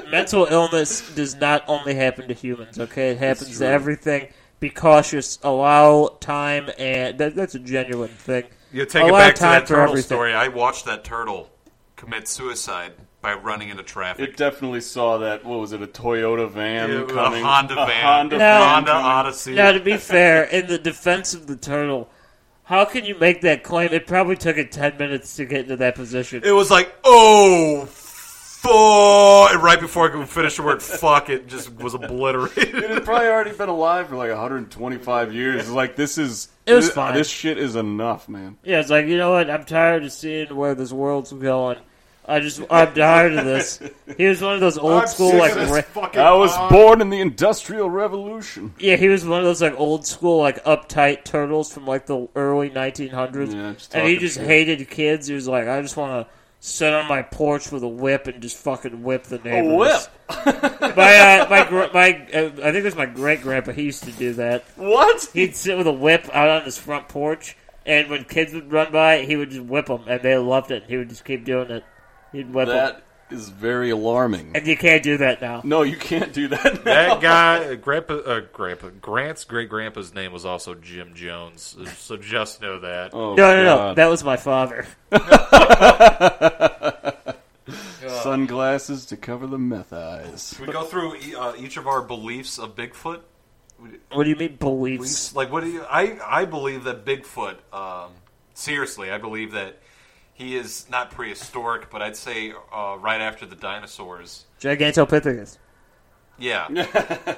Mental illness does not only happen to humans. Okay, it happens to everything. Be cautious. Allow time, and that, that's a genuine thing. You take Allow it back to time that for turtle everything. story. I watched that turtle commit suicide by running into traffic. It definitely saw that. What was it? A Toyota van a coming. Honda a van. Honda Now- van Honda coming. Odyssey. Now, to be fair, in the defense of the turtle, how can you make that claim? It probably took it ten minutes to get into that position. It was like, oh, fuck. And right before I could finish the word fuck, it just was obliterated. It's probably already been alive for like 125 years. It's Like this is. It was this, fine. This shit is enough, man. Yeah, it's like you know what? I'm tired of seeing where this world's going. I just I'm tired of this. He was one of those old school like ra- I was born in the Industrial Revolution. yeah he was one of those like old school like uptight turtles from like the early 1900s, Yeah, just and he talking just shit. hated kids. He was like, I just want to sit on my porch with a whip and just fucking whip the neighbors. my uh, my gr- my uh, I think it was my great grandpa. He used to do that. What? He'd sit with a whip out on his front porch, and when kids would run by, he would just whip them, and they loved it. He would just keep doing it. He'd whip them, That is very alarming. and you can't do that now. No, you can't do that. now. That guy, grandpa, uh, grandpa, Grant's great grandpa's name was also Jim Jones. uh, So just know that. Oh, No, no, no. God. That was my father. Sunglasses to cover the meth eyes. We go through e- uh, each of our beliefs of Bigfoot. What do you mean We beliefs? s- Like, what do you? I I believe that Bigfoot. Um, seriously, I believe that he is not prehistoric, but I'd say uh, right after the dinosaurs. Gigantopithecus. Yeah.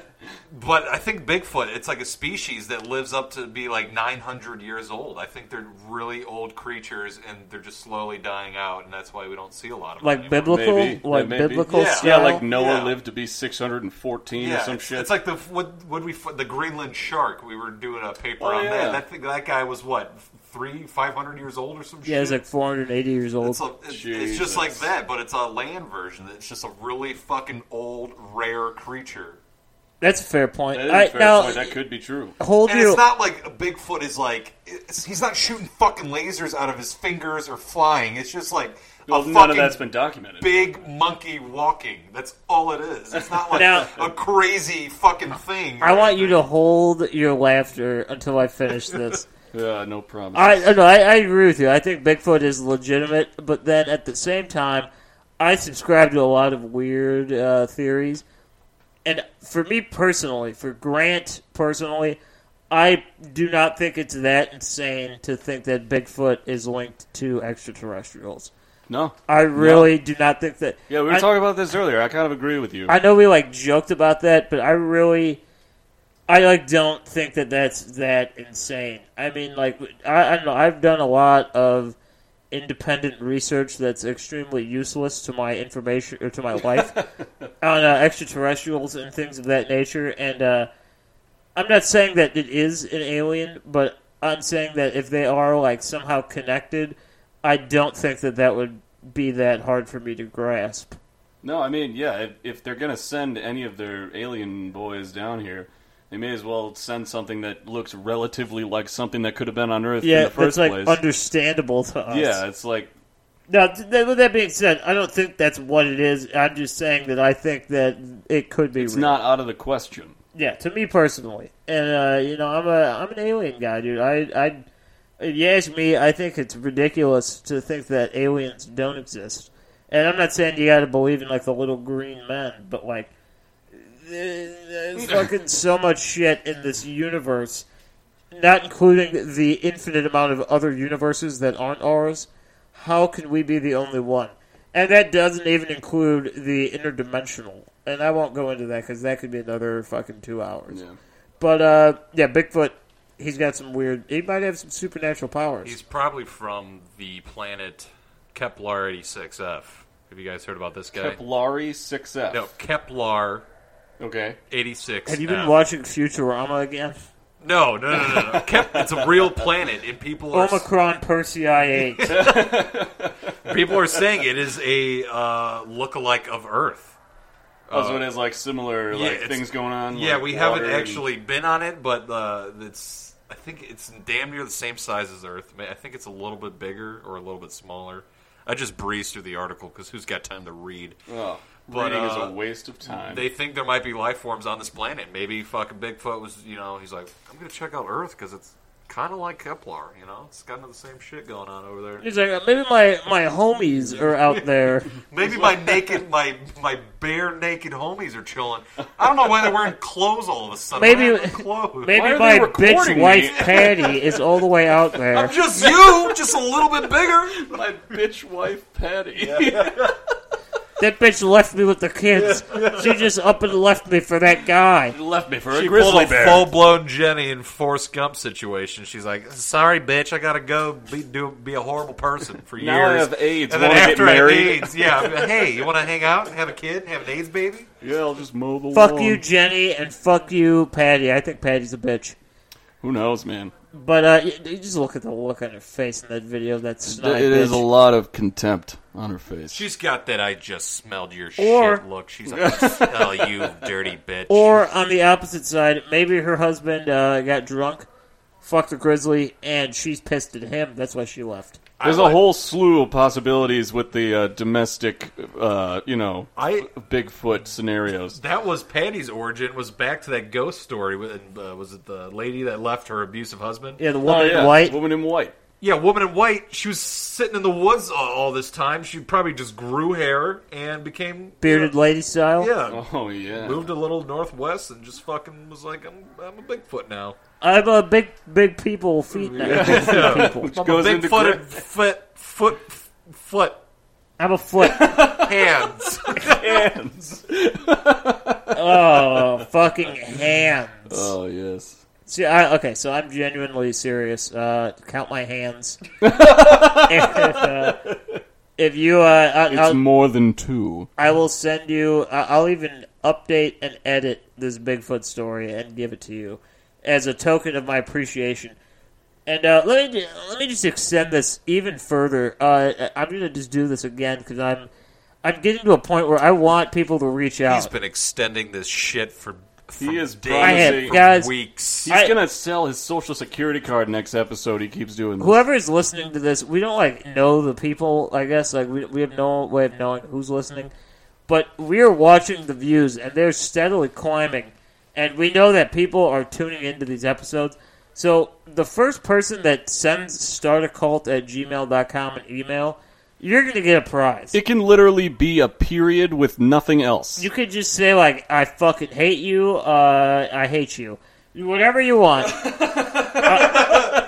but I think Bigfoot, it's like a species that lives up to be like 900 years old. I think they're really old creatures and they're just slowly dying out, and that's why we don't see a lot of them. Like anymore. biblical, Maybe. like Maybe. biblical Yeah. Yeah, style. like Noah Yeah. lived to be 614 or Yeah, some it's, shit. it's like the what what we f- the Greenland shark. We were doing a paper Oh, on yeah. that. That thing, that guy was what three five hundred years old or some shit. yeah, he's like 480 years old. It's, a, it's, it's just like that, but it's a land version. It's just a really fucking old, rare creature. That's a fair point. that is I, a fair now, point. That could be true. hold And your. it's not like a Bigfoot is like it's, he's not shooting fucking lasers out of his fingers or flying. It's just like a Well, fucking none of that's been documented. big monkey walking. That's all it is. It's not like Now- a crazy fucking thing. I want you to hold your laughter until I finish this. Yeah, no problem. I uh, no, I, I agree with you. I think Bigfoot is legitimate, but then at the same time, I subscribe to a lot of weird uh, theories, And for me personally, for Grant personally, I do not think it's that insane to think that Bigfoot is linked to extraterrestrials. No. I really do not think that. Yeah, we were I- talking about this earlier. I kind of agree with you. I know we like joked about that, but I really, I like don't think that that's that insane. I mean, like I, I don't know. I've done a lot of independent research that's extremely useless to my information or to my life on uh, extraterrestrials and things of that nature. And uh, I'm not saying that it is an alien, but I'm saying that if they are like somehow connected, I don't think that that would be that hard for me to grasp. No, I mean, yeah, if, if they're going to send any of their alien boys down here, they may as well send something that looks relatively like something that could have been on Earth in Yeah, the first that's like place. understandable to us. yeah, it's like, Now, th- th- with that being said, I don't think that's what it is. I'm just saying that I think that it could be. it's real. not out of the question. Yeah, to me personally, and uh, you know, I'm a I'm an alien guy, dude. I I, if you ask me, I think it's ridiculous to think that aliens don't exist. And I'm not saying you got to believe in like the little green men, but like there- there's fucking so much shit in this universe, not including the infinite amount of other universes that aren't ours. How can we be the only one? And that doesn't even include the interdimensional. And I won't go into that because that could be another fucking two hours. But uh, yeah, Bigfoot, he's got some weird. He might have some supernatural powers. He's probably from the planet Kepler 86f. Have you guys heard about this guy? Keplari 6F. No, Kepler Okay. 86. have you been watching Futurama again? No, no, no, no. no. Kep- it's a real planet, and people are Omicron Persei eight. people are saying it is a uh, lookalike of Earth. Oh, so it has like similar Uh, yeah, like it's- things going on. Yeah, like we water haven't and- actually been on it, but uh, it's I think it's damn near the same size as Earth. I think it's a little bit bigger or a little bit smaller. I just breezed through the article because who's got time to read? Oh, But, reading is uh, a waste of time. They think there might be life forms on this planet. Maybe fucking Bigfoot was, you know, he's like, I'm gonna check out Earth because it's kind of like Kepler, you know, it's kind of the same shit going on over there. He's like, "Uh, maybe my my homies are out there. Maybe my naked, my my bare naked homies are chilling. I don't know why they're wearing clothes all of a sudden. Maybe- What happened to clothes. Maybe are my they bitch recording wife me? Patty is all the way out there. I'm just you, just a little bit bigger. My bitch wife Patty. That bitch left me with the kids. She just up and left me for that guy. left me for a Full grizzly bear. full blown Jenny in Forrest Gump situation. She's like, "Sorry, bitch, I gotta go be do, be a horrible person for Now I years." have AIDS. and then Wanna get after I have married? AIDS, yeah. I'm like, hey, you want to hang out, and have a kid, have an AIDS baby? yeah, I'll just mow the Fuck lawn. you, Jenny, and fuck you, Patty. I think Patty's a bitch. Who knows, man? But uh, you, you just look at the look on her face in that video. That snide It is a bitch. lot of contempt on her face. She's got that. I just smelled your Or- shit. Look, she's like, "Oh, you dirty bitch." Or on the opposite side, maybe her husband uh, got drunk, fucked a grizzly, and she's pissed at him. That's why she left. There's a whole slew of possibilities with the uh, domestic, uh, you know, I- Bigfoot scenarios. That was Patty's origin. Was back to that ghost story. with- Uh, was it the lady that left her abusive husband? Yeah, the woman in Oh, Yeah, white. woman in white. Yeah, woman in white. She was sitting in the woods all, all this time. She probably just grew hair and became bearded lady style. Yeah, Oh yeah, moved a little northwest and just fucking was like, I'm, I'm a Bigfoot now. I'm a big, big people feet. now. Which goes into Bigfoot, gra- foot, foot, f- foot, I'm a foot. hands. Oh, fucking hands. Oh yes. See, I, okay, so I'm genuinely serious. Uh, count my hands. And, uh, if you, uh, I, It's I'll- more than two. I will send you. I- I'll even update and edit this Bigfoot story and give it to you as a token of my appreciation. And uh, let me ju- let me just extend this even further. Uh, I- I'm gonna just do this again because I'm I'm getting to a point where I want people to reach He's out. been extending this shit for, for He is days, I have- for guys- weeks. He's I- gonna sell his social security card next episode. He keeps doing this. Whoever is listening to this, we don't like know the people. I guess like we we have no way of knowing who's listening, but we are watching the views and they're steadily climbing, and we know that people are tuning into these episodes. So the first person that sends startacult at gmail.com an email, you're gonna get a prize. It can literally be a period with nothing else. You could just say like, "I fucking hate you," uh, "I hate you," whatever you want.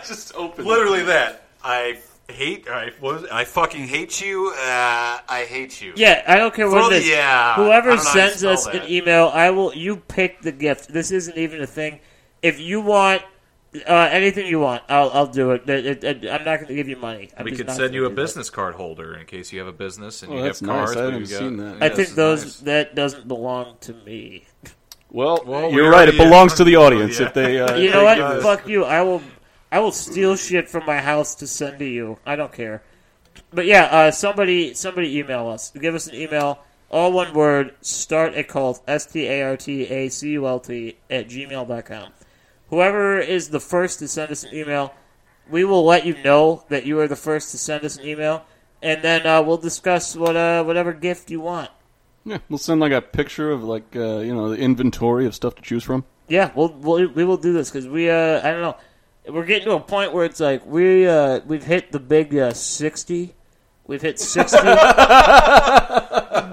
just open. Literally that. I hate. I what was it? I fucking hate you. Uh, I hate you. Yeah, I don't care Throw what the it is. yeah. I Whoever don't know how you sends spell us that. an email, I will. You pick the gift. This isn't even a thing. If you want uh, anything you want, I'll, I'll do it. It- it- it- I'm not going to give you money. I'm We just could not send gonna you a do that. business card holder in case you have a business and Oh, you that's have nice. cards. I where haven't you got- seen that. Yeah, I this think is those nice. that doesn't belong to me. Well, Well, we you're right. It already- belongs to the audience if they. Uh, You if know they what? give us- Fuck you. I will. I will steal shit from my house to send to you. I don't care. But yeah, uh, somebody somebody email us. Give us an email. All one word. Start a cult. S T A R T A C U L T at gmail.com. Whoever is the first to send us an email, we will let you know that you are the first to send us an email, and then uh, we'll discuss what uh, whatever gift you want. Yeah, we'll send like a picture of like uh, you know the inventory of stuff to choose from. Yeah, we'll, we'll we will do this because we uh I don't know we're getting to a point where it's like we uh we've hit the big uh, sixty, we've hit sixty.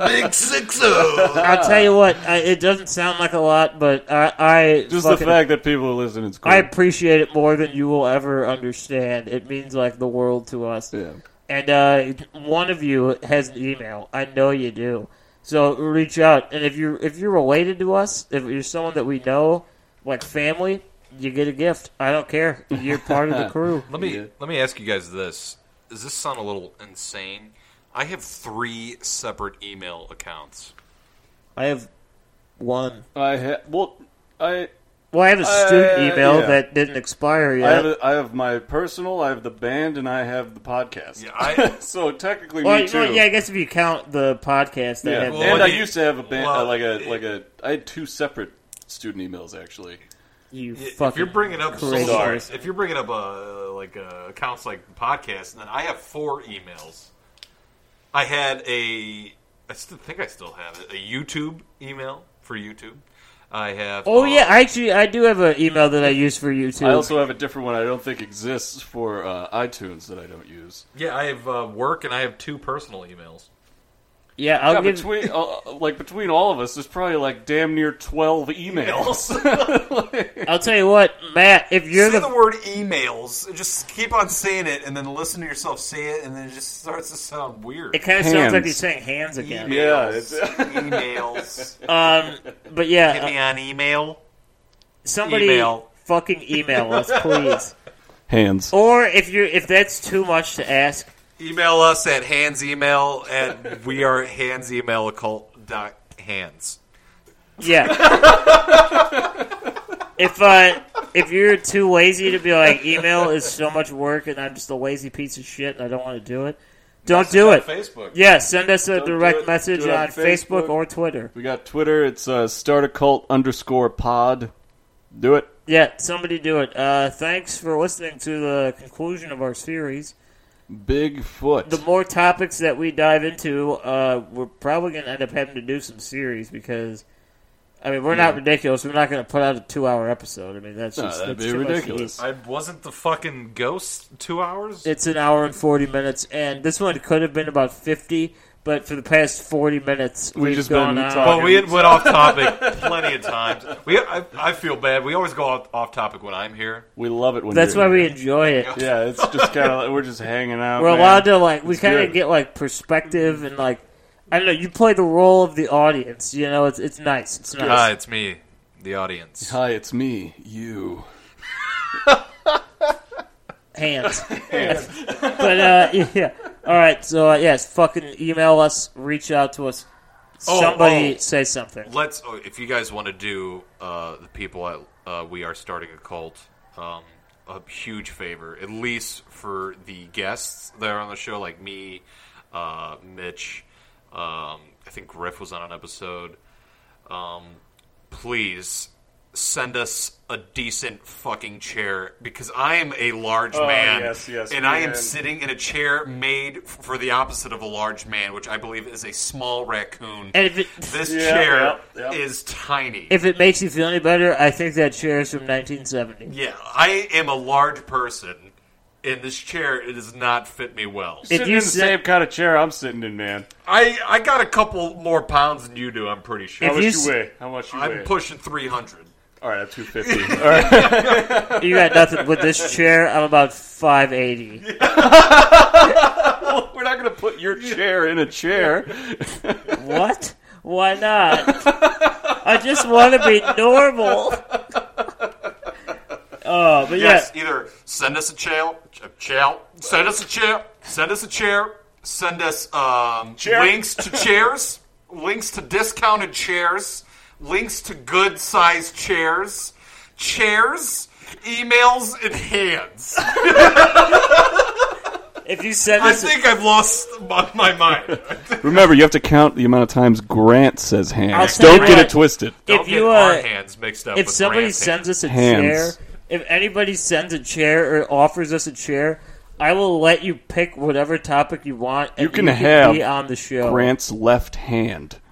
Big six zero. I'll tell you what, I, it doesn't sound like a lot, but I I Just fucking- the fact that people are listening is cool. I appreciate it more than you will ever understand. It means like the world to us. yeah. And uh, one of you has an email. I know you do. So reach out, and if you're if you're related to us, if you're someone that we know, like family, you get a gift. I don't care. You're part of the crew. Let me let me ask you guys this. Does this sound a little insane? I have three separate email accounts. I have one. I ha- well, I Well, I have a student Uh, email yeah. that didn't expire I have yet. a, I have my personal, I have the band, and I have the podcast. Yeah, I, So technically, Well, me you too. know, yeah, I guess if you count the podcast, that Yeah. had Well, and I I mean, used to have a band, well, uh, like a like a. I had two separate student emails actually. you if fucking. you're bringing up crazy social- person. if you're bringing up uh, like uh, accounts like podcasts, then I have four emails. I had a, I still think I still have it, a YouTube email for YouTube. I have. oh uh, yeah, I actually I do have an email that I use for you too. I also have a different one I don't think exists for uh, iTunes that I don't use. yeah. I have uh, work and I have two personal emails. yeah, I'll Yeah, give. between uh, like between all of us, there's probably like damn near twelve emails. I'll tell you what, Matt. If you're Say the the, word emails. Just keep on saying it, and then listen to yourself say it, and then it just starts to sound weird. It kind of sounds like Hands. he's saying hands again. Yeah, Emails. emails. Um, but Hit me yeah, uh, on email. somebody email. fucking email us, please. Hands. Or if you are if that's too much to ask, Email us at hands email at we are hands email occult dot hands. yeah. if uh, if you're too lazy to be like email is so much work and I'm just a lazy piece of shit and I don't want to do it, don't do it. Facebook. Yeah, send us a Don't do direct it. message Do it on on Facebook Facebook. or Twitter. We got Twitter. It's uh, start a cult underscore pod. Do it. Yeah, somebody do it. Uh, thanks for listening to the conclusion of our series. Bigfoot. the more topics that we dive into, uh, we're probably going to end up having to do some series because, I mean, we're not ridiculous. We're not going to put out a two-hour episode. I mean, that's No, just that'd that's be too much to ridiculous. eat. I wasn't the fucking ghost two hours. It's an hour and forty minutes, and this one could have been about fifty, but for the past forty minutes, We've have just gone been on. talking. but we had went off topic plenty of times. We, I, I feel bad. We always go off, off topic when I'm here. we love it when That's you're why we enjoy it. Yeah, it's just kind of like we're just hanging out. We're man. allowed to like we It's kind of good. get like perspective and like I don't know. You play the role of the audience. You know, it's it's nice. It's nice. Hi, it's me, the audience. Hi, it's me, you. hands. but uh, yeah, all right. So uh, yes, fucking email us, reach out to us. Oh, Somebody oh. say something. Let's. oh, If you guys want to do uh, the people at uh, we are starting a cult, um, a huge favor, at least for the guests that are on the show, like me, uh, Mitch. Um, I think Griff was on an episode. Um, please send us a decent fucking chair because I am a large man, Oh, yes, yes, and we I am can. sitting in a chair made f- for the opposite of a large man, which I believe is a small raccoon. And if it This Yeah, chair yep, yep. is tiny. if it makes you feel any better, I think that chair is from 1970. yeah, I am a large person, in this chair. It does not fit me well. If Sitting you in the sit- same kind of chair I'm sitting in, man. I, I got a couple more pounds than you do. I'm pretty sure. If How much you you, s- weigh? How much you I'm weigh? pushing 300. All right, I'm 250. All right, You got nothing with this chair. I'm about five eighty. we're not gonna put your chair in a chair. What? Why not? I just want to be normal. Oh, but Yes, yeah, either send us a chair, a chair, send us a chair, send us a chair, send us um, links to chairs, links to discounted chairs, links to good sized chairs, chairs, emails, and hands. if you send I us, think I've lost my, my mind. Remember, you have to count the amount of times Grant says I'll hands. tell Don't you get what. it twisted. Don't if you get uh, our hands mixed up. if with somebody Grant's sends us a Hands. chair, if anybody sends a chair or offers us a chair, I will let you pick whatever topic you want. And You can have be on the show. Grant's left hand.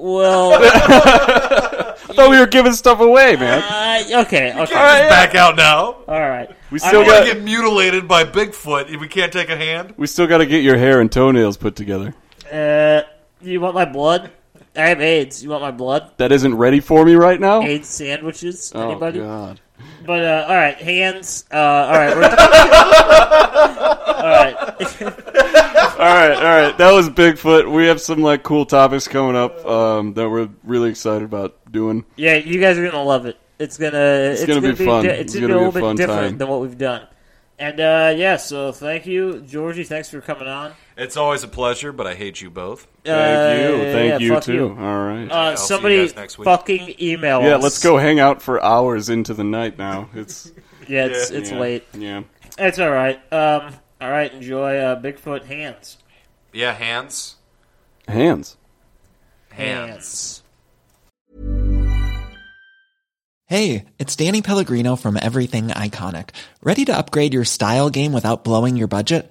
Well, uh, I thought we were giving stuff away, man. uh, okay, hands. okay, Just back out now. all right. We still We're got getting mutilated by Bigfoot. If we can't take a hand, we still got to get your hair and toenails put together. Uh, you want my blood? I have AIDS. You want my blood? That isn't ready for me right now. AIDS sandwiches? Oh Anybody? God! But uh, all right, hands. Uh, all right, we're, all right. All right, all right. That was Bigfoot. We have some like cool topics coming up um, that we're really excited about doing. Yeah, you guys are gonna love it. It's gonna it's, gonna be fun. di- it's, It's gonna, gonna be a little be a fun bit different time. than what we've done. And uh, yeah, so thank you, Georgie. Thanks for coming on. Uh, it's always a pleasure. But I hate you both. Thank you, Uh, thank yeah, you fuck Oh, too. All right. Uh, see you somebody guys next week. fucking email yeah, us. let's go hang out for hours into the night now. It's Yeah, it's it's yeah, late. Yeah. It's all right. Um, all right. Enjoy uh, Bigfoot hands. Yeah, hands, Hands. Hands. Hey, it's Danny Pellegrino from Everything Iconic. Ready to upgrade your style game without blowing your budget?